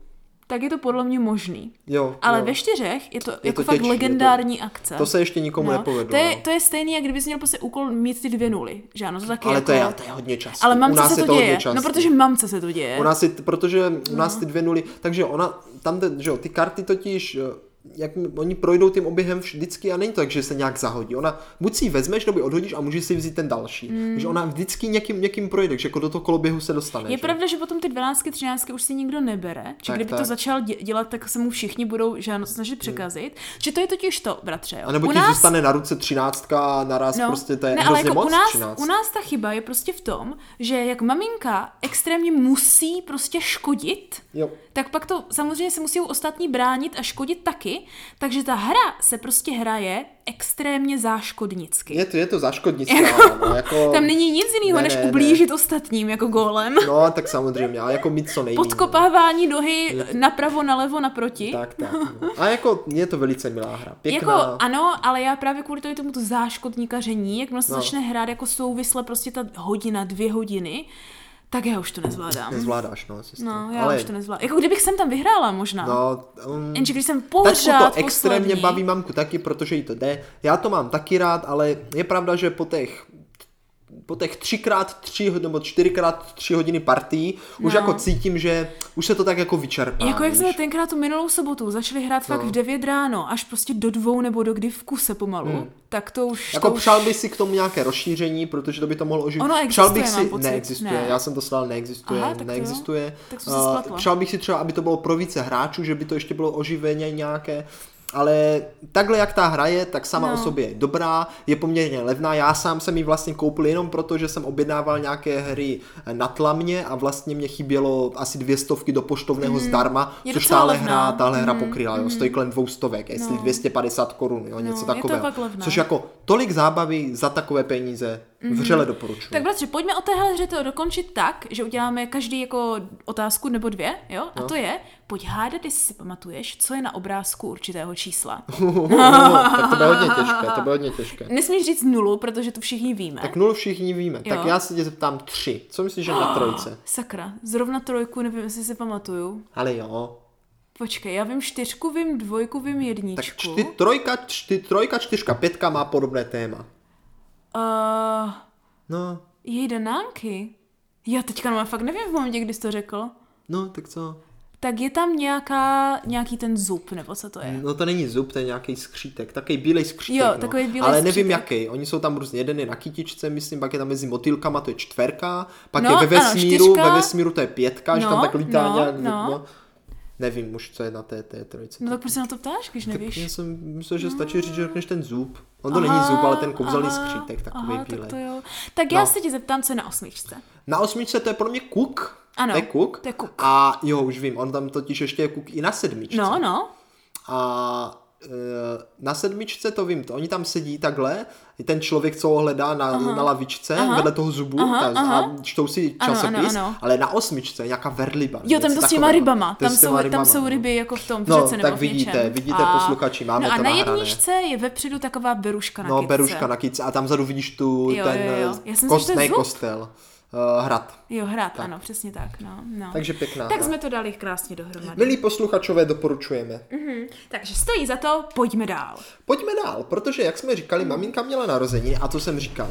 B: tak je to podle mě možný.
A: jo,
B: Ale
A: jo.
B: ve čtyřech je to je
A: to
B: jako to fakt
A: těžší, je to-
B: legendární akce.
A: To se ještě nikomu nepovedlo.
B: To je,
A: no.
B: to je stejný, jak kdybys měl prostě úkol mít ty dvě nuly, že ano, to taky
A: Ale
B: jako...
A: to je, to je hodně často.
B: Ale
A: U
B: mamce
A: nás
B: se
A: je
B: to děje.
A: hodně často.
B: No, protože No. mamce se to děje.
A: U nás je, protože u nás ty dvě nuly, takže ona, tam ten, že jo, ty karty totiž, eh, jak m- oni projdou tím oběhem vždycky a není to tak, že se nějak zahodí. Ona buď si ji vezmeš, nebo ji odhodíš a můžeš si vzít ten další. Mm. Že ona vždycky někým, někým projde, takže jako do toho koloběhu se dostane.
B: Hmm. Je
A: že?
B: pravda, že potom ty 12, 13 už si nikdo nebere, či
A: Tak,
B: kdyby
A: tak. Hmm.
B: to začal dě- dělat, tak se mu všichni budou že ano, snažit překazit. Že to je totiž to, bratře. Jo.
A: A nebo
B: u
A: ti
B: nás...
A: zůstane na ruce třináctka a naraz no, prostě to je
B: ne, ale
A: hrozně
B: jako
A: moc
B: u, nás,
A: třináct.
B: u nás ta chyba je prostě v tom, že jak maminka extrémně musí prostě škodit,
A: Jo.
B: tak pak to samozřejmě se musí ostatní bránit a škodit taky, takže ta hra se prostě hraje extrémně záškodnicky.
A: Je to, je to zaškodnická, jako, no, jako,
B: Tam není nic jiného,
A: Ne,
B: než
A: ne, ne.
B: ublížit ostatním jako gólem.
A: No, tak samozřejmě, ale jako mít co nejméně.
B: Podkopávání nohy napravo, nalevo, naproti.
A: Tak, tak. no. A jako je to velice milá hra. Pěkná.
B: Jako ano, ale já právě kvůli tady tomu to záškodníkaření, jakmile se no.
A: No.
B: začne hrát jako souvisle prostě ta hodina, dvě hodiny, tak já už to nezvládám.
A: Nezvládáš, no, sestro.
B: No, já
A: ale,
B: už to nezvládám. Jako kdybych jsem tam vyhrála možná. No.
A: No, um,
B: Jenže když jsem
A: tačku
B: pořád
A: to extrémně
B: poslední,
A: baví mamku taky, protože jí to jde. Já to mám taky rád, ale je pravda, že po těch po těch třikrát tři hod- nebo čtyřikrát tři hodiny partí už
B: No.
A: jako cítím, že už se to tak jako vyčerpá.
B: Jako jak
A: víš?
B: jsme tenkrát tu minulou sobotu začali hrát no. fakt v 9 ráno, až prostě do dvou nebo do kdy v kuse pomalu, hmm. tak to už...
A: Jako
B: to už...
A: přál bych si k tomu nějaké rozšíření, protože to by to mohlo oživit.
B: Ono
A: přál
B: existuje,
A: bych
B: mám
A: si,
B: pocit.
A: neexistuje,
B: Ne.
A: já jsem to slal, neexistuje,
B: Aha, tak to jo.
A: neexistuje.
B: Tak jsem se
A: Eh,
B: spletla.
A: přál bych si třeba, aby to bylo pro více hráčů, že by to ještě bylo oživeně nějaké, ale takhle, jak ta hra je, tak sama
B: No.
A: o sobě je dobrá, je poměrně levná. Já sám jsem ji vlastně koupil jenom proto, že jsem objednával nějaké hry na tlamě a vlastně mě chybělo asi dvě stovky do poštovného zdarma,
B: Mhm. Je
A: což
B: docela
A: tahle
B: levná. Mhm, No.
A: hra, tahle hra pokryla, jo, stojí kolem dvou stovek, jestli 250 korun, jo, něco
B: je to
A: takového.
B: fakt levné.
A: Což jako tolik zábavy za takové peníze vřele doporučuji.
B: Mhm. Tak bratře, pojďme o téhle hře to dokončit tak, že uděláme každý jako otázku nebo dvě, jo?
A: No.
B: A to je, pojď hádat, jestli si pamatuješ, co je na obrázku určitého čísla.
A: No, tak to bylo hodně těžké, to bylo hodně těžké.
B: Nesmíš říct nulu, protože to všichni víme.
A: Tak nul všichni víme,
B: Jo.
A: tak já se tě zeptám tři. Co myslíš, že na trojce?
B: Sakra, zrovna trojku nevím, jestli si pamatuju.
A: Ale jo.
B: Počkej, já vím čtyřku, vím dvojku, vím jedničku.
A: Tak čty, trojka, čty, trojka, čtyřka, pětka má podobné téma.
B: Uh,
A: No,
B: jedenánky? Já teďka no, já fakt nevím v momentě, kdy jsi to řekl.
A: no, tak co?
B: Tak je tam nějaká, nějaký ten zub, nebo co to je?
A: No to není zub, to je nějaký skřítek, takový bílej skřítek.
B: Jo,
A: no.
B: takový bílej
A: Ale nevím
B: skřítek.
A: jaký. Oni jsou tam různě, jeden je na kytičce, myslím, pak je tam mezi motýlkama, to je čtverka, pak
B: No,
A: je ve
B: ano,
A: vesmíru,
B: čtyřka.
A: ve vesmíru to je pětka, že
B: No,
A: tam tak lítá
B: no,
A: nějak.
B: no.
A: Nevím už, co je na té, té trojice.
B: No tak proč se na to ptáš, když nevíš?
A: Já jsem myslel, že stačí říct, že řekneš ten zub. On to není zub, ale ten kouzelný
B: aha,
A: skřítek, takový
B: aha,
A: bílej.
B: Tak, to jo. tak já
A: No.
B: se tě zeptám, co je na osmičce.
A: Na osmičce to je pro mě kuk.
B: Ano,
A: to je kuk.
B: to je kuk.
A: A jo, už vím, on tam totiž ještě je kuk i na sedmičce.
B: No, no.
A: A e, na sedmičce to vím, to, oni tam sedí takhle, je ten člověk, co ho hledá na, na lavičce,
B: aha.
A: vedle toho zubu
B: Aha,
A: ta,
B: aha.
A: a čtou si
B: Ano, ano,
A: časopis,
B: ano.
A: ale na osmičce je nějaká verliba.
B: Jo, tam
A: něco
B: to s těma
A: takového.
B: rybama.
A: To je
B: Tam
A: s
B: jsou,
A: těma
B: tam
A: rybama,
B: jsou
A: no.
B: ryby jako v tom v
A: No,
B: řece nebo
A: tak
B: v něčem.
A: vidíte, vidíte, posluchači, máme
B: No a
A: to
B: na
A: nahrané.
B: jedničce je vepředu taková beruška na
A: No,
B: kytce.
A: beruška na kici a tam vzadu vidíš tu
B: Jo,
A: ten
B: jo, jo. Já jsem
A: eh,
B: si
A: kost,
B: myslel
A: ne,
B: zub.
A: kostel, eh, hrad.
B: Jo, hrát, ano, přesně tak. No, no.
A: Takže pěkná
B: Tak
A: hra.
B: jsme to dali krásně dohromady.
A: Milí posluchačové, doporučujeme.
B: Mhm. Takže stojí za to, pojďme dál.
A: Pojďme dál, protože jak jsme
B: Mhm.
A: říkali, maminka měla narozeniny a to jsem říkal.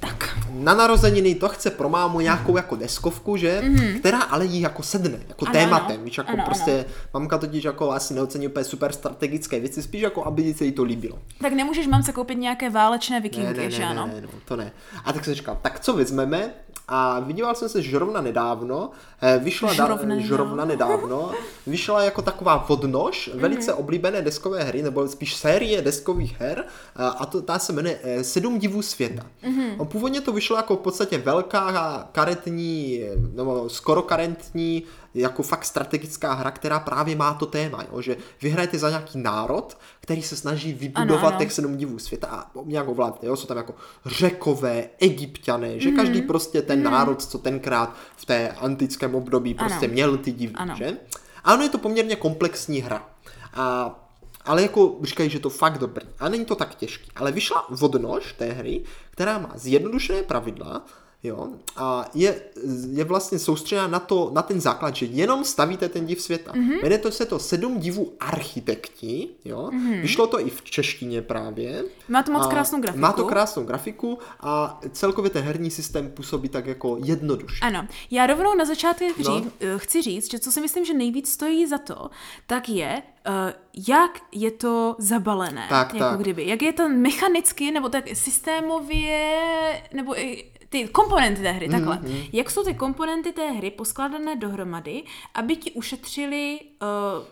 B: Tak,
A: Na narozeniny to chce pro mámu nějakou jako deskovku, že? Mm-hmm. Která ale jí jako sedne, jako
B: Ano,
A: ano, tématem.
B: ano.
A: Víš, jako
B: Ano,
A: ano,
B: ano.
A: prostě ano. mamka totiž jako asi neocení úplně super strategické věci, spíš jako aby se jí to líbilo.
B: tak nemůžeš mamce koupit nějaké válečné
A: Ne,
B: vikingy,
A: ne, ne,
B: že
A: ne,
B: ano?
A: ne, no, to ne. A tak jsem říkal, tak co vezmeme? A vydíval jsem se, že žrovna nedávno, eh, vyšla
B: Žrovna
A: da, žrovna nedávno, vyšla jako taková vodnož,
B: Mhm.
A: velice oblíbené deskové hry, nebo spíš série deskových her, eh, a to, ta se jmenuje eh, Sedm divů světa.
B: Mhm.
A: A původně to vyšlo jako v podstatě velká karetní, eh, nebo skoro karetní jako fakt strategická hra, která právě má to téma, jo? že vyhrajete za nějaký národ, který se snaží vybudovat
B: Ano, ano.
A: těch sedm divů světa a nějak ovládne, jo? jsou tam jako řekové, egyptiané,
B: Mhm.
A: že každý prostě ten národ, co tenkrát v té antickém období
B: Ano.
A: prostě měl ty divy,
B: Ano.
A: že? Ano, je to poměrně komplexní hra. A, ale jako říkají, že to fakt dobrý. A není to tak těžký. Ale vyšla vodnož té hry, která má zjednodušené pravidla, jo, a je, je vlastně soustředěna na, to, na ten základ, že jenom stavíte ten div světa.
B: Mhm.
A: Mm-hmm. Jmenuje to se to sedm divů architekti, jo. Mm-hmm. Vyšlo to i v češtině právě.
B: Mhm. Má to moc
A: A
B: krásnou grafiku.
A: Má to krásnou grafiku a celkově ten herní systém působí tak jako jednoduše.
B: Ano, já rovnou na začátku
A: No.
B: no. chci říct, že co si myslím, že nejvíc stojí za to, tak je, eh, jak je to zabalené.
A: Tak,
B: jako
A: tak.
B: kdyby. Jak je to mechanicky, nebo tak systémově, nebo i ty komponenty té
A: Mhm,
B: hry, takhle. Jak jsou ty komponenty té hry poskládané dohromady, aby ti ušetřili eh,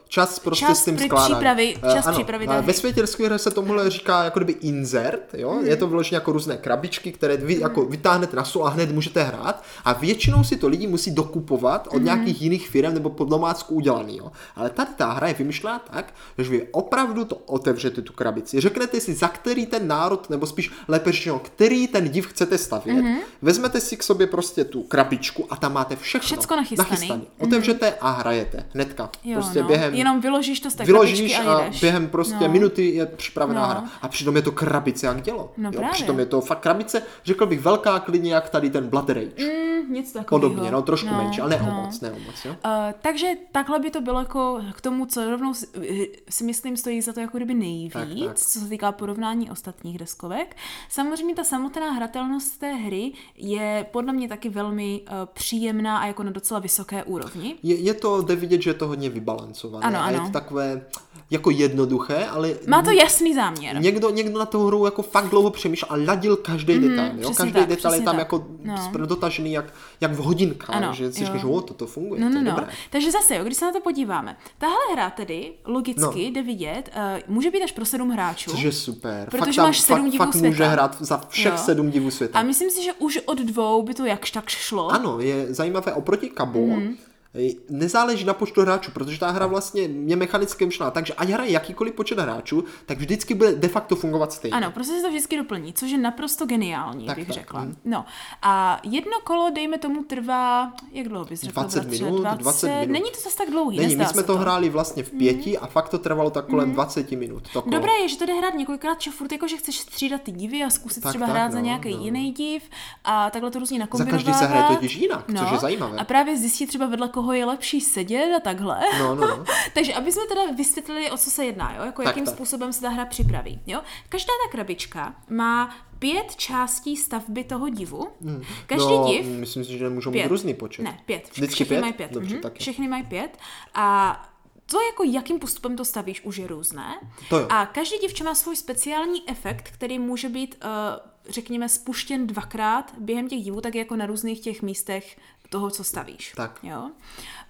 A: Čas prostě
B: Čas
A: s tím
B: při-
A: skládáním.
B: přípravy-
A: Eh,
B: čas
A: ano,
B: přípravy
A: eh,
B: té hry.
A: Ve světě rských her se tomuhle říká jako kdyby insert, jo?
B: Mhm.
A: Je to vyloženě jako různé krabičky, které vy jako vytáhnete na stůl a hned můžete hrát a většinou si to lidi musí dokupovat
B: Mhm.
A: od nějakých jiných firm nebo pod domácku udělaný, jo? Ale tady ta hra je vymyšlená tak, že vy opravdu to otevřete tu krabici, řeknete si, za který ten národ, nebo spíš lépe řečeno, který ten div chcete stavět,
B: Mhm.
A: vezmete si k sobě prostě tu krabičku a tam máte všechno.
B: Všecko nachystaný.
A: nachystané. Mhm. Otevřete a hrajete hnedka.
B: jo,
A: prostě
B: no,
A: během
B: jenom vyložíš to z té
A: vyložíš
B: krabičky a,
A: a,
B: jedeš.
A: během prostě
B: no.
A: minuty je připravená
B: No.
A: hra. A přitom je to krabice jak dělo.
B: No
A: jo,
B: právě.
A: přitom je to fakt krabice, řekl bych, velká klidně jak tady ten Blood Rage.
B: Mm, něco takového.
A: Podobně, no trošku menší, ale ne o moc, ne o moc, jo.
B: Uh, takže takhle by to bylo jako k tomu, co rovnou si, eh, si myslím stojí za to jako kdyby nejvíc,
A: Tak, tak.
B: co se týká porovnání ostatních deskovek. Samozřejmě ta samotná hratelnost té hry je podle mě taky velmi uh, příjemná a jako na docela vysoké úrovni.
A: Je, je to, jde vidět, že je to hodně vybalancované.
B: Ano,
A: a je
B: ano.
A: to takové jako jednoduché, ale
B: Má to jasný záměr.
A: Někdo, někdo na tu hru jako fakt dlouho přemýšlel a ladil každý mm, detail. Jo?
B: Mhm, přesně
A: Každý
B: tak,
A: detail je
B: přesně
A: tam
B: tak.
A: jako
B: No.
A: no. dotažený jak, jak v hodinkách,
B: Ano,
A: že si
B: jo.
A: říkáš, že o, toto funguje,
B: No,
A: to
B: no,
A: je
B: no.
A: dobré.
B: Takže zase, jo, když se na to podíváme, tahle hra tedy logicky jde vidět, uh, může být až pro sedm hráčů.
A: No. Což je super.
B: Protože
A: fakt tam,
B: máš sedm
A: fakt,
B: divů
A: fakt
B: světa.
A: může hrát za všech
B: Jo.
A: sedm divů světa.
B: A myslím si, že už od dvou by to jakž tak šlo.
A: Ano, je zajímavé oproti Kabo.
B: Mhm.
A: Mm. Nezáleží na počtu hráčů, protože ta hra vlastně je mechanicky myšlená. Takže ať hraje jakýkoliv počet hráčů, tak vždycky bude de facto fungovat stejně.
B: Ano, prostě se to vždycky doplní, což je naprosto geniální,
A: Tak,
B: tak, bych
A: tak,
B: tak, řekla.
A: mhm.
B: No a jedno kolo, dejme tomu, trvá, jak dlouho bys řekla?
A: 20
B: bratře?
A: minut, 20 minut.
B: Není to zase tak dlouhý,
A: Není, my
B: nezdá
A: jsme
B: se Mhm.
A: to hráli vlastně v pěti a fakt to trvalo tak kolem 20 minut. To kolo.
B: Dobré je, že to jde hrát několikrát, že furt jako, že chceš střídat ty divy a zkusit
A: Tak,
B: třeba
A: tak,
B: hrát za
A: no,
B: nějaký
A: no.
B: jiný div a takhle to různě
A: Za
B: nakombinovat.
A: každý se hraje totiž jinak,
B: No,
A: což je zajímavé.
B: A právě zjistí třeba vedle koho je lepší sedět a takhle.
A: No, no, no.
B: Takže aby jsme teda vysvětlili, o co se jedná, jo? Jako
A: Tak,
B: jakým
A: tak.
B: způsobem se ta hra připraví. Jo? Každá ta krabička má pět částí stavby toho divu. Každý
A: no,
B: div
A: Myslím si, že nemůžou mít
B: Pět.
A: různý počet.
B: ne, pět. Vš-
A: Vždycky
B: všechny
A: pět?
B: mají pět.
A: Dobře,
B: mhm.
A: taky.
B: Všechny mají pět. A to, jako jakým postupem to stavíš, už je různé.
A: To jo.
B: A každý děvče má svůj speciální efekt, který může být, eh, řekněme, spuštěn dvakrát během těch divů, tak jako na různých těch místech toho, co stavíš.
A: Tak.
B: Jo?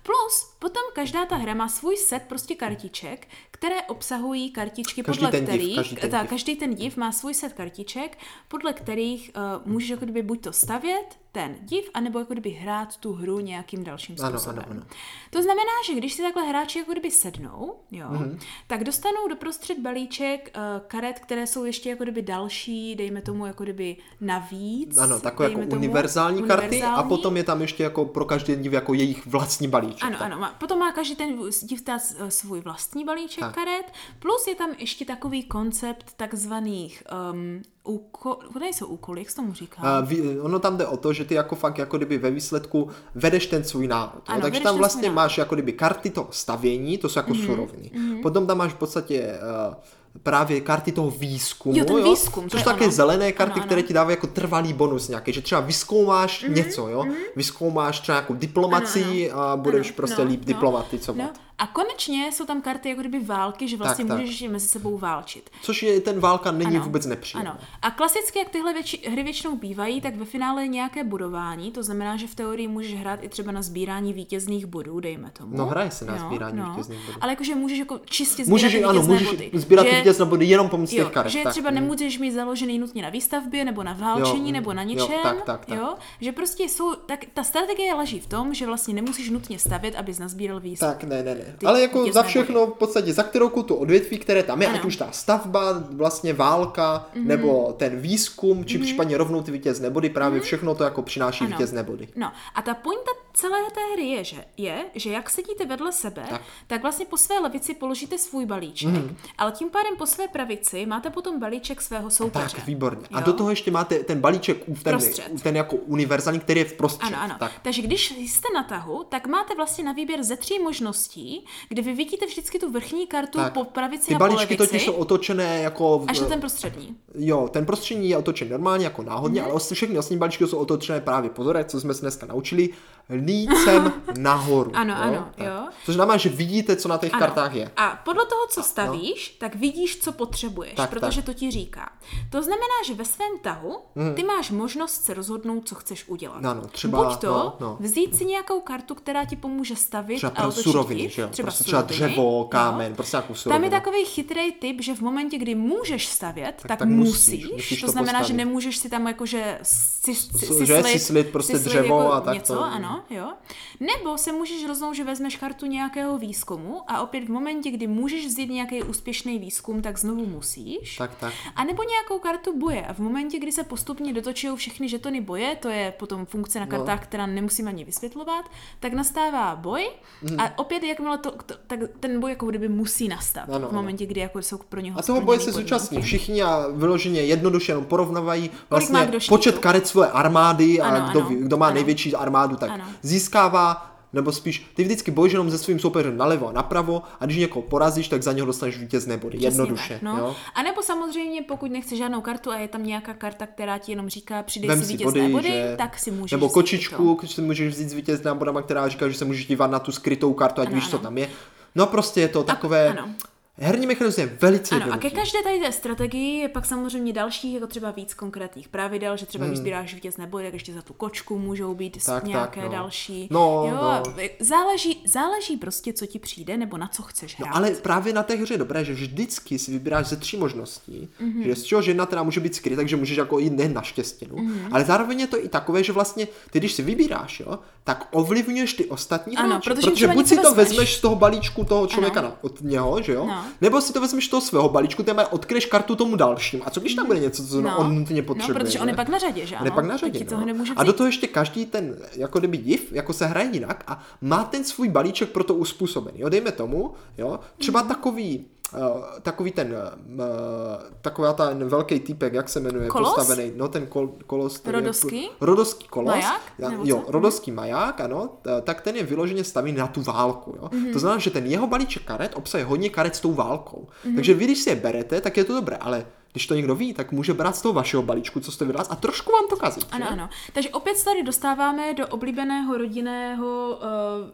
B: Plus, potom každá ta hra má svůj set prostě kartiček, které obsahují kartičky,
A: Každý
B: podle
A: ten div,
B: kterých...
A: každý ten
B: ta-
A: div.
B: každý ten div má svůj set kartiček, podle kterých uh, můžeš jako kdyby buď to stavět, ten div, anebo jako kdyby hrát tu hru nějakým dalším
A: Ano, ano,
B: způsobem.
A: ano.
B: To znamená, že když si takhle hráči jako kdyby sednou, jo,
A: Mhm.
B: tak dostanou doprostřed balíček uh, karet, které jsou ještě jako kdyby další, dejme tomu jako kdyby navíc.
A: Ano, takové jako
B: dejme tomu,
A: univerzální karty a
B: univerzální.
A: potom je tam ještě jako pro každý div jako jejich vlastní balíček.
B: Ano, ano. Má, potom má každý ten divta s- svůj vlastní balíček
A: Tak.
B: tak. karet, plus je tam ještě takový koncept takzvaných um, úkol, nejsou úkoly, jak se tomu říká?
A: A vy- ono tam jde o to, že ty jako fakt jako kdyby ve výsledku vedeš ten svůj národ. jo.
B: Ano,
A: Takže
B: vedeš
A: tam
B: ten
A: vlastně
B: svůj Mhm, národ.
A: máš jako kdyby karty toho stavění, to jsou jako mm-hmm. suroviny. Mm-hmm. Potom tam máš v podstatě uh, právě karty toho výzkumu,
B: Jo, ten
A: jo?
B: výzkum, to
A: což
B: je
A: jsou také
B: ono.
A: zelené karty,
B: Ano, ano.
A: které ti dávají jako trvalý bonus nějaký, že třeba vyzkoumáš mm-hmm. něco, jo, mm-hmm. vyzkoumáš třeba nějakou diplomacii a budeš
B: mhm. Ano,
A: prostě líp diplomaticovat.
B: No. A konečně jsou tam karty jako kdyby války, že vlastně
A: Tak, tak.
B: můžeš mezi sebou válčit.
A: Což je ten válka není vůbec nepříjemná.
B: Ano. A klasicky, jak tyhle věči, hry většinou bývají, tak ve finále je nějaké budování, to znamená, že v teorii můžeš hrát i třeba na sbírání vítězných bodů, dejme tomu.
A: No, hraje se na sbírání vítězných bodů.
B: Ale jakože můžeš jako čistě sbírat
A: Můžeš,
B: ty
A: ano,
B: vítězné
A: můžeš
B: body.
A: sbírat
B: Že-
A: vítězné body jenom pomocí
B: Jo,
A: těch karet.
B: že je
A: tak.
B: třeba nemůžeš mít založený nutně na výstavbě, nebo na válčení,
A: mm,
B: nebo na
A: jo,
B: něčem.
A: tak, tak, tak.
B: Jo? Že prostě jsou, tak ta strategie leží v tom, že vlastně nemusíš nutně stavět, abys nazbíral výstup.
A: Tak, ne, ne, ne.
B: Ty
A: Ale jako
B: vítězné
A: za všechno, v podstatě za kterou tu odvětví, které tam je,
B: Ano. Mhm.
A: ať už ta stavba, vlastně válka, nebo ten výzkum, či případně rovnou ty vítězné body, právě všechno to jako přináší
B: Mhm. Ano.
A: vítězné body.
B: No a ta pointa celé té hry je, že, je, že jak sedíte vedle sebe, tak,
A: Tak. Mhm.
B: tak vlastně po své levici položíte svůj balíček, mm. ale tím pádem po své pravici máte potom balíček svého soupeře.
A: Tak, výborně. A
B: Jo?
A: do toho ještě máte ten balíček, ten,
B: Vprostřed.
A: ten jako univerzální, který je vprostřed.
B: Ano, ano.
A: Tak.
B: Takže když jste na tahu, tak máte vlastně na výběr ze tří možností, kdy vy vidíte vždycky tu vrchní kartu
A: Tak.
B: po pravici
A: Ty
B: a
A: balíčky
B: po levici,
A: totiž jsou otočené jako... v-
B: až na ten prostřední.
A: Jo, ten prostřední je otočen normálně, jako náhodně,
B: Mhm.
A: ale os- všechny ostatní balíčky jsou otočené právě pozor, co jsme se dneska naučili, lícem nahoru.
B: Ano,
A: jo,
B: ano,
A: tak.
B: jo.
A: Což znamená, že vidíte, co na těch kartách je.
B: A podle toho, co stavíš, no. tak vidíš, co potřebuješ, tak,
A: Tak, Mhm.
B: protože to ti říká. To znamená, že ve svém tahu ty máš možnost se rozhodnout, co chceš udělat.
A: No, no, třeba,
B: Buď to
A: no, no.
B: vzít si nějakou kartu, která ti pomůže stavit
A: Třeba
B: a
A: pro
B: otočit
A: suroviny,
B: ji,
A: že jo?
B: Třeba,
A: prostě třeba
B: suroviny, No.
A: dřevo,
B: jo.
A: kámen, prostě nějakou
B: Tam
A: surovinu.
B: je takový chytrý typ, že v momentě, kdy můžeš stavět, tak, tak,
A: tak
B: musíš.
A: musíš, musíš
B: to,
A: to
B: znamená,
A: postavit.
B: že nemůžeš si tam jakože si, si,
A: S-
B: si,
A: že sislit prostě dřevo
B: jako
A: a tak
B: něco,
A: to-
B: ano, jo. Nebo se můžeš rozhodnout, že vezmeš kartu nějakého výzkumu a opět v momentě, kdy můžeš vzít nějaký úspěšný výzkum, tak znovu musíš.
A: Tak, tak.
B: A nebo nějakou kartu boje. A v momentě, kdy se postupně dotočují všechny žetony boje, to je potom funkce
A: No.
B: na kartách, která nemusím ani vysvětlovat, tak nastává boj
A: Mhm.
B: a opět, jakmile to, to tak ten boj jako kdyby musí nastat
A: Ano, ano.
B: v momentě, kdy jako jsou pro něho
A: A toho boje se
B: splněný
A: zúčastní
B: podmínky.
A: všichni a vyloženě jednoduše jenom porovnávají
B: má
A: vlastně
B: kdo štítu?
A: počet karet své armády a
B: Ano,
A: kdo,
B: ano,
A: ví- kdo má
B: ano.
A: největší armádu, tak
B: Ano.
A: získává nebo spíš ty vždycky bojíš jenom se svým soupeřem nalevo a napravo a když někoho porazíš, tak za něho dostaneš vítězné body.
B: Přesně
A: Jednoduše.
B: tak, no.
A: jo?
B: A nebo samozřejmě, pokud nechceš žádnou kartu a je tam nějaká karta, která ti jenom říká, přidej
A: Vem
B: si
A: si
B: vítězné
A: body,
B: body,
A: že...
B: tak si můžeš
A: Nebo
B: vzít
A: kočičku,
B: to.
A: když si můžeš vzít s vítězná bodama, která říká, že se můžeš dívat na tu skrytou kartu, ať
B: Ano,
A: víš, co
B: ano.
A: tam je. No prostě je to takové...
B: ano.
A: Herní mechanismus je velice
B: Ano, a ke
A: jednoduchý.
B: každé tady té strategii je pak samozřejmě další, jako třeba víc konkrétních pravidel, že třeba hmm. když sbíráš vítězné body, tak ještě za tu kočku můžou být tak,
A: Tak,
B: nějaké
A: tak,
B: no.
A: no.
B: další.
A: No,
B: jo,
A: no.
B: a Záleží, záleží prostě, co ti přijde, nebo na co chceš hrát.
A: No, ale právě na té hře je dobré, že vždycky si vybíráš ze tří možností,
B: Mhm.
A: mm-hmm. že z čehož jedna teda může být skrytá, takže můžeš jako jít nejen na štěstinu,
B: Mhm.
A: mm-hmm. ale zároveň je to i takové, že vlastně ty, když si vybíráš, jo, tak ovlivňuješ ty ostatní
B: Ano,
A: hráče,
B: protože jim
A: protože
B: třeba
A: buď
B: něco
A: si to
B: vezmeš.
A: vezmeš z toho balíčku toho člověka na, od něho, že jo,
B: No.
A: nebo si to vezmeš z toho svého balíčku, téma odkryješ kartu tomu dalším. A co když tam bude něco, co
B: No.
A: on nutně
B: No,
A: potřebuje?
B: protože on je
A: ne?
B: pak na řadě, že
A: On je
B: ano?
A: pak na
B: Tak
A: řadě,
B: ti toho
A: no.
B: nemůže
A: A do
B: vzít.
A: toho ještě každý ten, jako kdyby div, jako se hraje jinak a má ten svůj balíček pro to uspůsobený. Jo, dejme tomu, jo,
B: Mhm.
A: třeba takový, eh, takový ten, eh, taková ten velký týpek, jak se jmenuje,
B: Kolos?
A: postavený, no ten kol, kolos. ten
B: Rodoský?
A: Je, rodoský kolos.
B: Maják?
A: Ja-
B: No Nebo
A: Jo,
B: co?
A: rodoský maják, ano, t- tak ten je vyloženě staví na tu válku, jo.
B: Mhm.
A: To znamená, že ten jeho balíček karet obsahuje hodně karet s tou válkou.
B: Mhm.
A: Takže vy, když si je berete, tak je to dobré, ale když to někdo ví, tak může brát z toho vašeho balíčku, co jste vydal, a trošku vám to kazit.
B: Ano,
A: že?
B: ano. Takže opět se tady dostáváme do oblíbeného rodinného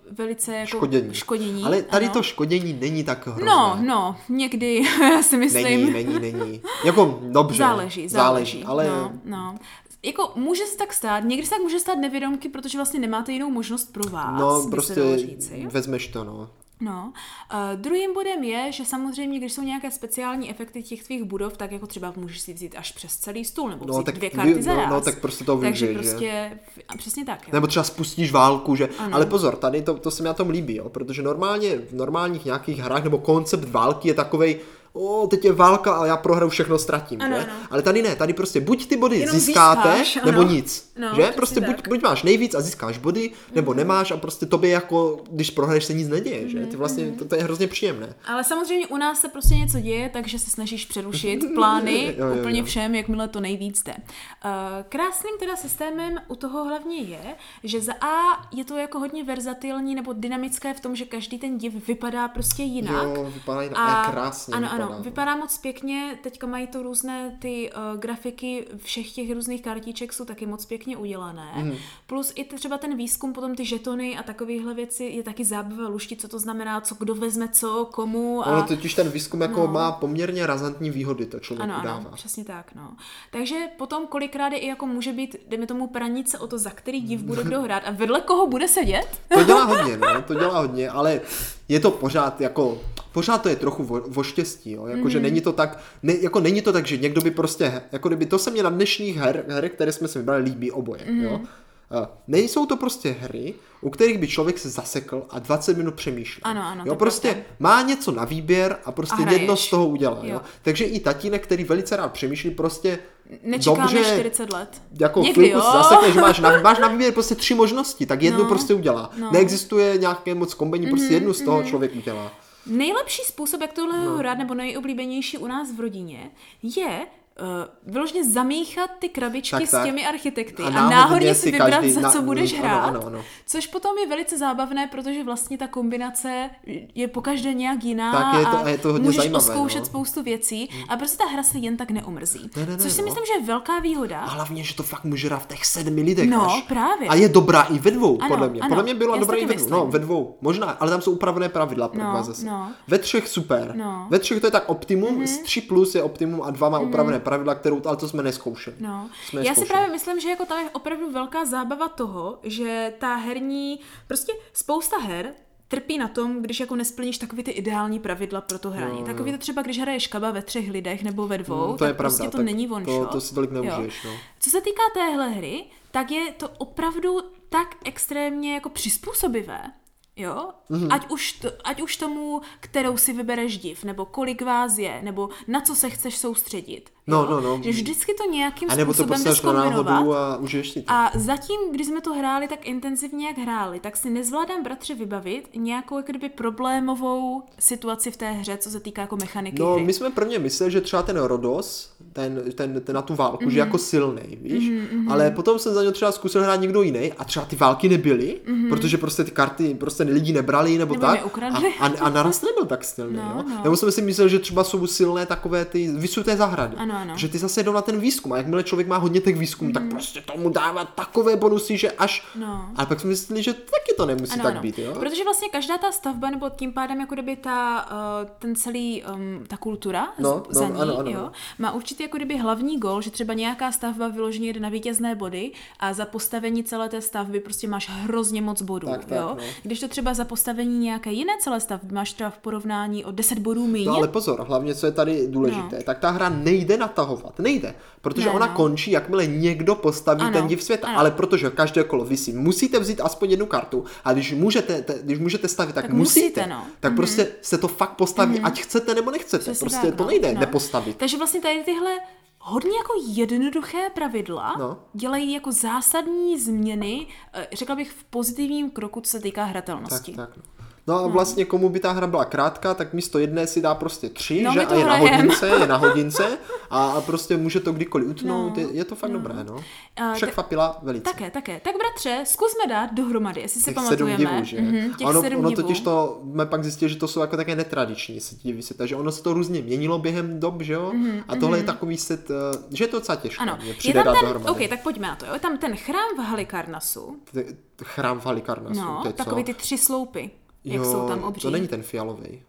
B: uh, velice jako
A: škodění.
B: škodění.
A: Ale tady
B: ano.
A: to škodění není tak hrozné.
B: No, no, někdy já si myslím.
A: Není, není, není. Jako, dobře.
B: Záleží, záleží.
A: ale
B: no, no. Jako může se tak stát, někdy se tak může stát nevědomky, protože vlastně nemáte jinou možnost pro vás, by
A: no
B: se
A: prostě
B: dalo říci.
A: vezmeš to, no.
B: No. Uh, druhým bodem je, že samozřejmě, když jsou nějaké speciální efekty těch tvých budov, tak jako třeba můžeš si vzít až přes celý stůl, nebo vzít
A: No,
B: no,
A: tak
B: dvě
A: vy-
B: karty za
A: no,
B: raz.
A: no, tak prostě to
B: Takže
A: využiješ, že?
B: prostě, v- a přesně tak. Jo.
A: Nebo třeba spustíš válku, že. Ano. Ale pozor, tady to, to se mi na tom líbí, jo, protože normálně v normálních nějakých hrách nebo koncept války je takovej, o, teď je válka a já prohraju všechno ztratím,
B: Ano,
A: že?
B: ano.
A: Ale tady ne, tady prostě buď ty body
B: Jenom
A: získáte,
B: získáš, ano.
A: nebo nic.
B: No,
A: že?
B: přesně
A: Prostě buď,
B: tak. Mhm.
A: buď máš nejvíc a získáš body, nebo nemáš a prostě tobě jako, když prohraješ, se nic neděje, že? Ty
B: mhm.
A: vlastně, to, to je hrozně příjemné.
B: Ale samozřejmě u nás se prostě něco děje, takže se snažíš přerušit plány
A: Jo, jo, jo.
B: úplně všem, jakmile to nejvíc jde. Eh, Krásným teda systémem u toho hlavně je, že za A je to jako hodně verzatilní nebo dynamické v tom, že každý ten div vypadá prostě jinak.
A: Jo, vypadá jinak. A,
B: A,
A: je krásně.
B: ano,
A: vypadá.
B: ano. Ano, vypadá moc pěkně, teďka mají to různé, ty uh, grafiky všech těch různých kartiček jsou taky moc pěkně udělané.
A: Mhm.
B: Mm. Plus i t- třeba ten výzkum, potom ty žetony a takovéhle věci je taky zábava lušti, co to znamená, co kdo vezme co, komu. A... no.
A: Ono totiž ten výzkum jako má poměrně razantní výhody, to člověku
B: Ano, ano,
A: dává.
B: přesně tak, no. Takže potom kolikrát je i jako může být, dejme tomu, pranice o to, za který div bude kdo hrát a vedle koho bude sedět.
A: To dělá hodně, no, to dělá hodně, ale je to pořád jako, pořád to je trochu vo, vo štěstí, jo, jako,
B: Mhm.
A: že není to tak, ne, jako není to tak, že někdo by prostě, jako kdyby to se mě na dnešních her, her které jsme si vybrali, líbí oboje, jo.
B: Mhm.
A: Eh, Nejsou to prostě hry, u kterých by člověk se zasekl a 20 minut přemýšlel.
B: Ano, ano,
A: Jo,
B: to
A: prostě
B: pravda.
A: má něco na výběr a prostě
B: A
A: jedno
B: hraješ.
A: z toho udělá. Jo.
B: Jo.
A: Takže i tatínek, který velice rád přemýšlí, prostě
B: Nečekáme
A: dobře,
B: 40 let.
A: jako
B: Někdy
A: chvilku
B: jo.
A: se zasekne, že máš na, máš na výběr prostě tři možnosti, tak jednu
B: No,
A: prostě udělá.
B: no. Mhm,
A: Neexistuje nějaké moc kombení, prostě jednu z toho člověk udělá.
B: Nejlepší způsob, jak tohle no. hrát, nebo nejoblíbenější u nás v rodině, je uh, vyložně zamíchat ty krabičky
A: Tak,
B: tak,
A: tak.
B: tak. s těmi architekty
A: A
B: a, a
A: náhodně
B: náhodně si
A: si
B: vybrat,
A: každý
B: za
A: na- mm,
B: co budeš
A: ano,
B: hrát.
A: ano, ano.
B: Což potom je velice zábavné, protože vlastně ta kombinace je pokaždé nějak jiná
A: Tak je to- a
B: a
A: je to hodně
B: můžeš
A: zajímavé,
B: oskoušet
A: no.
B: spoustu věcí a prostě ta hra se jen tak neomrzí.
A: Ne, ne, ne,
B: což si
A: no.
B: myslím, že je velká výhoda.
A: A hlavně, že to fakt může hrát v těch sedmi lidech.
B: No,
A: až.
B: právě.
A: A je dobrá i ve dvou,
B: Ano,
A: podle mě.
B: ano,
A: Podle mě byla
B: já si
A: dobrá
B: taky
A: i ve dvou.
B: myslím.
A: No, ve dvou, možná, ale tam jsou upravené pravidla pro
B: No,
A: dva zase.
B: no.
A: Ve třech super.
B: No. Mhm.
A: Ve třech to je tak optimum, z tři plus je optimum a dva má upravené pravidla, kterou, ale to jsme neskoušeli.
B: No,
A: Jsme
B: já si
A: zkoušeli.
B: právě myslím, že jako tam je opravdu velká zábava toho, že ta herní, prostě spousta her trpí na tom, když jako nesplníš takový ty ideální pravidla pro to hraní. Takový to třeba, když hraješ kaba ve třech lidech nebo ve dvou,
A: No, Mm, to
B: tak
A: je pravda,
B: prostě to
A: tak
B: není one
A: to-
B: shot.
A: to si tolik
B: Jo.
A: neužiješ, no.
B: Co se týká téhle hry, tak je to opravdu tak extrémně jako přizpůsobivé, jo?
A: Mhm.
B: Mm. Ať, už to, ať už tomu, kterou si vybereš div, nebo kolik vás je, nebo na co se chceš soustředit.
A: No,
B: jo?
A: no, no.
B: Že vždycky to nějakým
A: A nebo to
B: způsobem
A: postavit na
B: zkombinovat.
A: náhodu a užiješ si to.
B: A zatím, když jsme to hráli tak intenzivně, jak hráli, tak si nezvládám bratře vybavit nějakou jako kdyby problémovou situaci v té hře, co se týká jako mechaniky
A: No,
B: hry.
A: my jsme prvně mysleli, že třeba ten Rodos, ten, ten, ten na tu válku,
B: Mhm.
A: mm-hmm. že je jako silný, víš, mm-hmm. ale potom jsem za něj třeba zkusil hrát někdo jiný a třeba ty války nebyly, mm-hmm. protože prostě ty karty prostě lidi nebrali nebo,
B: Mhm. Nebo
A: tak.
B: neukradli.
A: A, a, a naraz nebyl tak silný,
B: No,
A: jo.
B: no.
A: Nebo jsem si myslel, že třeba jsou silné takové ty vysuté zahrady.
B: Ano, ano. Mhm.
A: Že ty zase jdou na ten výzkum a jakmile člověk má hodně těch výzkumů, mm-hmm. tak prostě tomu dává takové bonusy, že až.
B: No.
A: Ale pak jsme mysleli, že taky to nemusí tak být, jo.
B: Protože vlastně každá ta stavba, nebo tím pádem jako kdyby ta, eh, ten celý, um, ta kultura
A: No,
B: z- za
A: no,
B: ní,
A: ano, ano, ano.
B: jo, má určitě jako kdyby hlavní gol, že třeba nějaká stavba vyloženě jde na vítězné body a za postavení celé té stavby prostě máš hrozně moc bodů,
A: Tak, tak,
B: jo.
A: no.
B: Když to třeba za postavení nějaké jiné celé stavby máš třeba v porovnání o 10 bodů míň,
A: No ale pozor, hlavně co je tady důležité, no. tak ta hra nejde natahovat, nejde, protože
B: Ne,
A: ona
B: no.
A: končí, jakmile někdo postaví
B: Ano,
A: ten div světa,
B: ano.
A: ale protože každé kolo visí, musíte vzít aspoň jednu kartu a když můžete, te, když můžete stavit, tak,
B: Tak
A: musíte,
B: musíte, no. Mhm.
A: tak prostě se to fakt postaví, ať chcete nebo nechcete,
B: Přesně
A: prostě
B: tak,
A: to
B: no,
A: nejde
B: no.
A: nepostavit.
B: Takže vlastně tady tyhle hodně jako jednoduché pravidla
A: No.
B: dělají jako zásadní změny, eh, řekla bych v pozitivním kroku, co se týká hratelnosti.
A: Tak, tak. no. No a vlastně komu by ta hra byla krátká, tak místo jedné si dá prostě tři,
B: No,
A: že?
B: my
A: A
B: to
A: je na
B: hrajem.
A: hodince, je na hodince a, a prostě může to kdykoliv utnout, no, je, je to fakt no. dobré, no.
B: A
A: Překvapila velice.
B: Také, také. Tak bratře, zkusme dát dohromady, jestli si
A: těch sedm
B: pamatujeme.
A: divů, že?
B: Mhm, těch
A: A ono,
B: sedm
A: ono
B: divů.
A: totiž to, jsme pak zjistili, že to jsou jako také netradiční set divy světa, že ono se to různě měnilo během dob, že jo? a tohle je takový set, eh, že je to docela těžké,
B: Mhm, Ano,
A: mě
B: je
A: přijde
B: tam
A: dát
B: ten,
A: dohromady.
B: okay, tak pojďme na to, jo. Je tam ten chrám v Halikarnasu,
A: T- t- Chrám v Halikarnasu,
B: no,
A: to je co?
B: takový ty tři sloupy, jak
A: jo,
B: jsou tam obří.
A: to není ten fialový.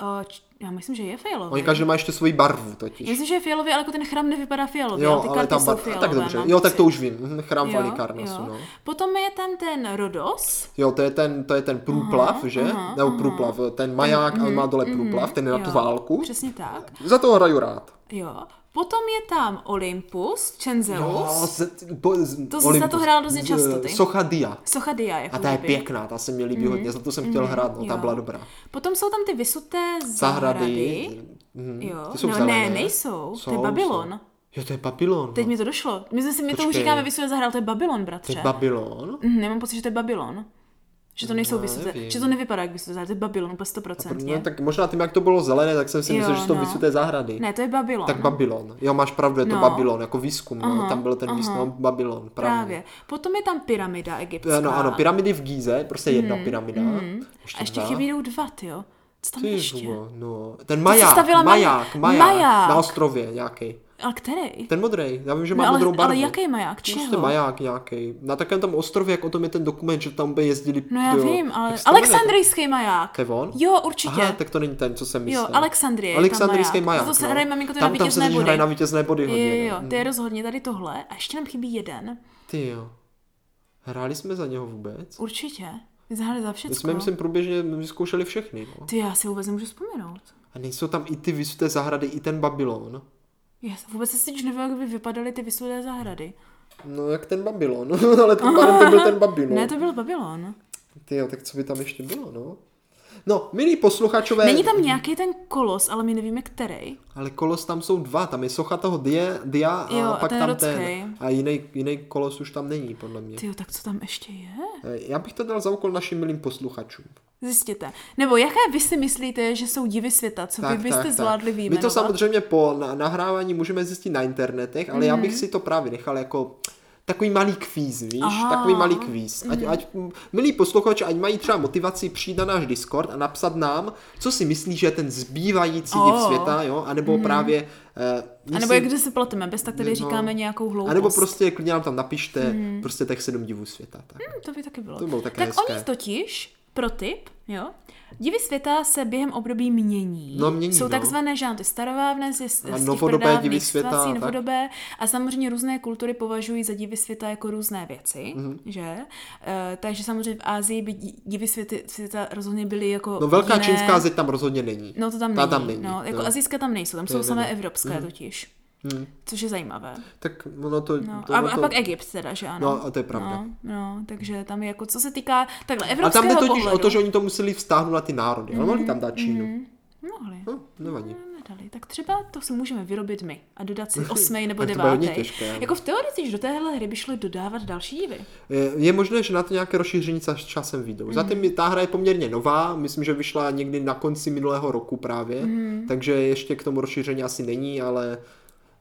B: Eh, č- já myslím, že je fialový.
A: Oni každý má ještě svoji barvu
B: Já
A: totiž.
B: myslím, že je fialový, ale jako ten chrám nevypadá fialově,
A: Jo,
B: ale ty
A: ale
B: karty
A: tam
B: jsou
A: bar...
B: fialové. no.
A: a tak dobře.
B: mám
A: Jo, tak to
B: pocit.
A: už vím. Mhm, Chrám v Halikarnasu, no.
B: Potom je tam ten Rodos.
A: Jo, to je ten, to je ten průplav, že?
B: aha, mhm,
A: Nebo průplav, ten maják, a on má dole průplav, ten je na tu
B: jo,
A: válku.
B: Přesně tak.
A: Za toho hraju rád.
B: Jo. Potom je tam Olympus, Čenzelus.
A: No, z, bo, z,
B: To jsi za to hrál hrál hrozně často, ty.
A: Socha Dia.
B: Socha Dia, jako
A: A ta je
B: kdyby.
A: pěkná, ta se mi líbí hodně, za to jsem chtěl hrát, no, ta
B: Mhm, jo.
A: byla dobrá.
B: Potom jsou tam ty vysuté zahrady.
A: Zahrady. mhm,
B: Jo.
A: Ty jsou
B: no,
A: zelené.
B: ne, nejsou. to
A: Jsou,
B: je Babylon.
A: jsou. Jo, to je Babylon.
B: Teď
A: no.
B: mi to došlo. My, jsme si, my tomu
A: Počkej.
B: říkáme vysuté zahrady, ale to je Babylon, bratře.
A: To je Babylon.
B: Mhm, já mám pocit, že to je Babylon. Že to nejsou
A: No,
B: vysuté,
A: nevím.
B: že to nevypadá jak vysuté zahrady, to je Babylon úplně
A: No,
B: stoprocentně.
A: tak možná tím, jak to bylo zelené, tak jsem si
B: Jo,
A: myslel, že jsou to
B: no.
A: vysuté zahrady.
B: Ne, to je Babylon.
A: Tak Babylon. Jo, máš pravdu, je to
B: No.
A: Babylon, jako výzkum, no.
B: Aha,
A: Tam byl ten
B: aha.
A: výzkum, Babylon, Eh, no,
B: Právě. Potom je tam pyramida egyptská.
A: Ano, ano, pyramidy v Gíze, prostě jedna pyramida.
B: Mhm, A ještě
A: dva.
B: chybí jdou dva, jo. Co tam
A: Ty
B: je ještě?
A: vole, no. Ten
B: Ty jsi
A: maják,
B: stavila
A: maják,
B: maj-
A: maják,
B: maják.
A: na ostrově nějaký.
B: Ale který?
A: Ten modrý, já vím, že má
B: no, ale,
A: modrou barvu.
B: ale jaký maják?
A: Prostě
B: Čeho?
A: maják nějaký. Na takovém tam ostrově, jak o tom je ten dokument, že tam by jezdili...
B: No já
A: jo,
B: vím, ale
A: jak se to jmenuje?
B: Alexandrijský maják.
A: To je on?
B: Jo, určitě.
A: Aha, tak to není ten, co jsem myslel.
B: Jo, Alexandrie je tam
A: Alexandrijský
B: maják.
A: maják.
B: To se
A: no.
B: hraje, maminko, to je na
A: tam, tam se
B: vítězné
A: totiž
B: body.
A: hraje na vítězné body
B: Jo,
A: hodně.
B: jo, jo,
A: no.
B: to je rozhodně tady tohle. A ještě nám chybí jeden.
A: Ty jo. Hráli jsme za něho vůbec?
B: Určitě. My zahali za
A: My
B: všechno.
A: jsme, myslím, průběžně vyzkoušeli všechny. No.
B: Ty, já si vůbec nemůžu vzpomenout.
A: A nejsou tam i ty vys- té zahrady, i ten Babylon.
B: Já se vůbec si nevím, jak by vypadaly ty vysulé zahrady.
A: No, jak ten Babylon, ale tím pádem to byl ten Babylon.
B: Ne, to byl Babylon.
A: Ty jo, tak co by tam ještě bylo, no? No, milí posluchačové,
B: Není tam nějaký ten kolos, ale my nevíme který.
A: ale kolos tam jsou dva, tam je socha toho dia, dia a
B: Jo, a
A: pak
B: ten
A: tam
B: rodský.
A: ten. A jiný, jiný kolos už tam není, podle mě.
B: Ty, tak co tam ještě je?
A: Eh, Já bych to dal za úkol našim milým posluchačům.
B: Zjistěte. Nebo jaké vy si myslíte, že jsou divy světa, co vy byste zvládli
A: My
B: vyjmenovat?
A: to samozřejmě po na- nahrávání můžeme zjistit na internetech, ale já
B: Mhm.
A: bych si to právě nechal jako takový malý kvíz, víš?
B: Aha. Mhm.
A: Takový malý kvíz. Ať, ať, milí posluchači, ať mají třeba motivaci přijít na náš Discord a napsat nám, co si myslí, že je ten zbývající div
B: Oh.
A: světa, jo? A nebo právě... eh,
B: A nebo
A: jestli-
B: jak kde se pleteme, bez tak tady
A: No.
B: říkáme nějakou hloupost.
A: A nebo prostě klidně nám tam napište
B: Mhm.
A: prostě těch sedm divů světa. Tak.
B: Hm, To by taky bylo.
A: To bylo taky
B: tak
A: hezké.
B: oni totiž, pro tip, jo, divy světa se během období mění.
A: No, mění,
B: Jsou
A: no.
B: takzvané žánty starovávné z, z těch
A: novodobé
B: pradávných
A: divy světa,
B: situací,
A: tak.
B: novodobé. A samozřejmě různé kultury považují za divy světa jako různé věci,
A: Mhm.
B: že? E, takže samozřejmě v Ázii by di- divy světy, světa rozhodně byly jako
A: No velká
B: jiné.
A: čínská zeď tam rozhodně není.
B: No to tam
A: Ta
B: není.
A: tam není.
B: No, jako
A: no.
B: azijské tam nejsou, tam jsou
A: není.
B: samé evropské
A: Mhm.
B: totiž.
A: Hm.
B: Což je zajímavé.
A: Tak ono to...
B: No,
A: to
B: a,
A: ono
B: a
A: to...
B: pak Egypt teda, že ano.
A: No, a to je pravda.
B: No, no takže tam je jako, co se týká takhle
A: A
B: evropského
A: tam jde totiž
B: pohledu. Mhm.
A: o to, že oni to museli vztáhnout na ty národy. Mm-hmm. Ale mohli tam dát Čínu. Mm-hmm.
B: Mohli.
A: No, nevadí.
B: No, nedali. Tak třeba to si můžeme vyrobit my a dodat si osmý nebo
A: Tak to bude hodně
B: devátý.
A: těžké, no. ano.
B: Jako v teorii, když do téhle hry by šlo dodávat další divy.
A: Je, je možné, že na to nějaké rozšíření sa- s časem vyjdou. Mm-hmm. Zatím je- ta hra je poměrně nová, myslím, že vyšla někdy na konci minulého roku právě,
B: Mhm.
A: mm-hmm. takže ještě k tomu rozšíření asi není, ale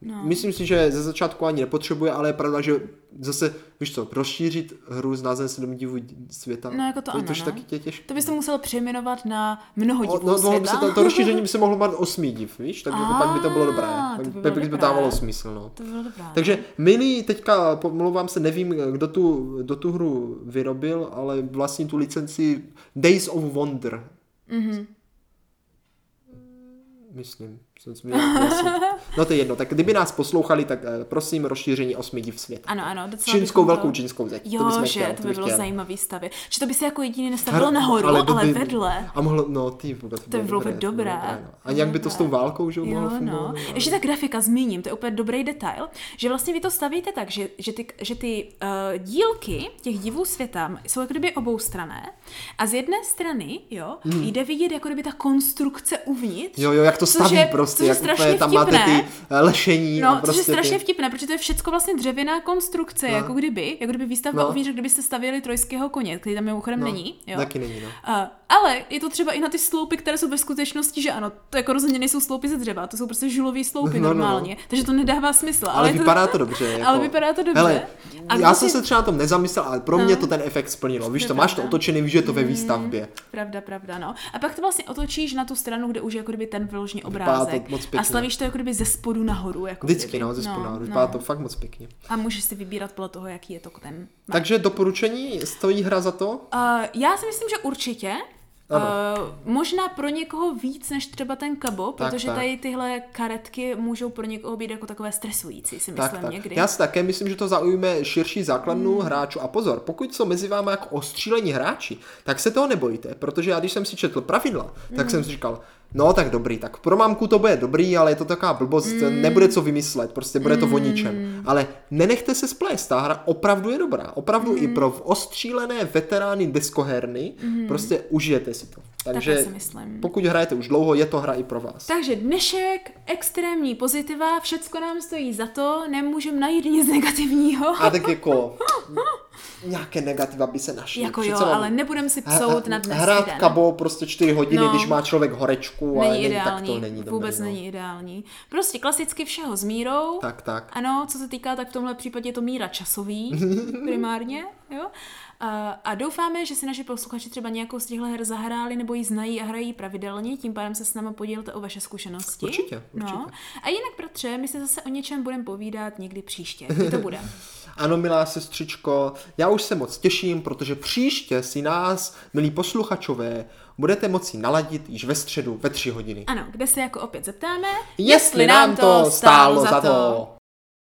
A: no. myslím si, že ze začátku ani nepotřebuje, ale je pravda, že zase, víš co, rozšířit hru s názvem 7 divů světa,
B: No, jako to ano,
A: tož
B: no.
A: taky tě těžké.
B: To by se musel přejmenovat na mnoho
A: O,
B: divů
A: no, mohlo by se
B: světa.
A: to, to rozšíření by se mohlo mít osmý div, víš, takže jako pak by to bylo dobré.
B: Ah,
A: Pak
B: to by
A: by,
B: bylo
A: by to
B: dobré.
A: dávalo smysl, no.
B: To bylo dobrá.
A: Takže milí, teďka pomlouvám se, nevím, kdo tu, kdo tu hru vyrobil, ale vlastní tu licenci Days of Wonder.
B: Mhm.
A: Myslím, jsem si měl vlastně. No to je jedno, tak kdyby nás poslouchali, tak eh, prosím rozšíření osmi div světa.
B: Ano, ano, docela
A: Čínskou,
B: bychom to-
A: velkou čínskou zeď.
B: Jo,
A: to bychom
B: že
A: chtěli,
B: to by
A: bych
B: bylo
A: chtěl.
B: zajímavý stavě. Že to by se jako jediný nestavilo nahoru, ale,
A: to by-
B: vedle.
A: A mohlo, no ty vůbec.
B: To by bylo
A: dobré,
B: dobré.
A: no. A jak by to s tou válkou, že mohlo
B: Jo, no.
A: fungovat? no.
B: Ještě ta grafika zmíním, to je úplně dobrý detail, že vlastně vy to stavíte tak, že, že ty, že ty uh, dílky těch divů světa jsou jako kdyby oboustrané a z jedné strany, jo, hmm. jde vidět jako kdyby ta konstrukce uvnitř.
A: Jo, jo, jak to
B: což
A: staví
B: je-
A: prostě,
B: což je
A: jak úplně
B: strašně
A: tam máte
B: vtipné.
A: ty eh, lešení
B: No,
A: a
B: což
A: prostě
B: je strašně
A: ty...
B: vtipné, protože to je všecko vlastně dřevěná konstrukce,
A: No.
B: jako kdyby, jako kdyby výstavba
A: No.
B: uvnitř, kdybyste stavěli trojského koně, který tam mimochodem
A: No,
B: není. Jo?
A: taky není, no.
B: A, ale je to třeba i na ty sloupy, které jsou ve skutečnosti, že ano, to jako rozhodně nejsou sloupy ze dřeva, to jsou prostě žulový sloupy
A: No, no, no.
B: normálně, takže to nedává smysl. Ale,
A: Ale,
B: je
A: vypadá to dobře. Jako...
B: Ale vypadá to dobře.
A: Hele,
B: A
A: já
B: kdo
A: jsem
B: si-
A: se třeba na tom nezamyslel, ale pro mě to ten efekt splnilo. Víš,
B: je
A: to máš to
B: pravda. Mm.
A: otočený, víš, že je to ve výstavbě.
B: Pravda, pravda, no. A pak to vlastně otočíš na tu stranu, kde už je jako kdyby ten vyložně
A: Vypadá to
B: obrázek.
A: moc pěkně.
B: a slavíš to jako kdyby ze spodu nahoru. Jako
A: Vždycky,
B: kdyby.
A: no, ze spodu no, vypadá to fakt moc pěkně.
B: A můžeš si vybírat podle toho, jaký je to ten.
A: Takže doporučení, stojí hra za to?
B: Uh, já si myslím, že určitě.
A: Ano.
B: Uh, možná pro někoho víc než třeba ten kabo,
A: Tak,
B: protože
A: tak.
B: tady tyhle karetky můžou pro někoho být jako takové stresující, si myslím
A: Tak, tak.
B: někdy. Hmm.
A: Já si také myslím, že to zaujme širší základnu hráčů. A pozor, pokud jsou mezi váma jako ostřílení hráči, tak se toho nebojte, protože já když jsem si četl pravidla, tak
B: Hmm.
A: jsem si říkal, no tak dobrý, tak pro mamku to bude dobrý, ale je to taková blbost,
B: Hmm.
A: nebude co vymyslet, prostě bude to o ničem. Ale nenechte se splést, ta hra opravdu je dobrá. Opravdu i
B: Hmm.
A: pro ostřílené veterány deskoherny, prostě užijete si to. Takže
B: si myslím.
A: pokud hrajete už dlouho, je to hra i pro vás.
B: Takže dnešek, extrémní pozitiva, všecko nám stojí za to, nemůžeme najít nic negativního.
A: A tak jako nějaké negativa by se našly.
B: Jako jo,
A: Přece
B: ale nebudem si psout na dnes
A: Hrát
B: den.
A: kabo prostě čtyři hodiny,
B: No.
A: no. když má člověk horečku, ale
B: Není
A: není, tak
B: ideální,
A: to není dobré.
B: vůbec
A: no.
B: není ideální. Prostě klasicky všeho s mírou.
A: Tak, tak.
B: Ano, co se týká, tak v tomhle případě je to míra časový primárně, jo. A, a doufáme, že si naši posluchači třeba nějakou z těchto her zahráli nebo ji znají a hrají pravidelně, tím pádem se s námi podílte o vaše zkušenosti.
A: Určitě, určitě.
B: No. A jinak, bratře, my se zase o něčem budeme povídat někdy příště. Kdy to bude?
A: Ano, milá sestřičko, já už se moc těším, protože příště si nás, milí posluchačové, budete moci naladit již ve středu ve tři hodiny.
B: Ano, kde se jako opět zeptáme,
A: Jestli nám to stálo za to.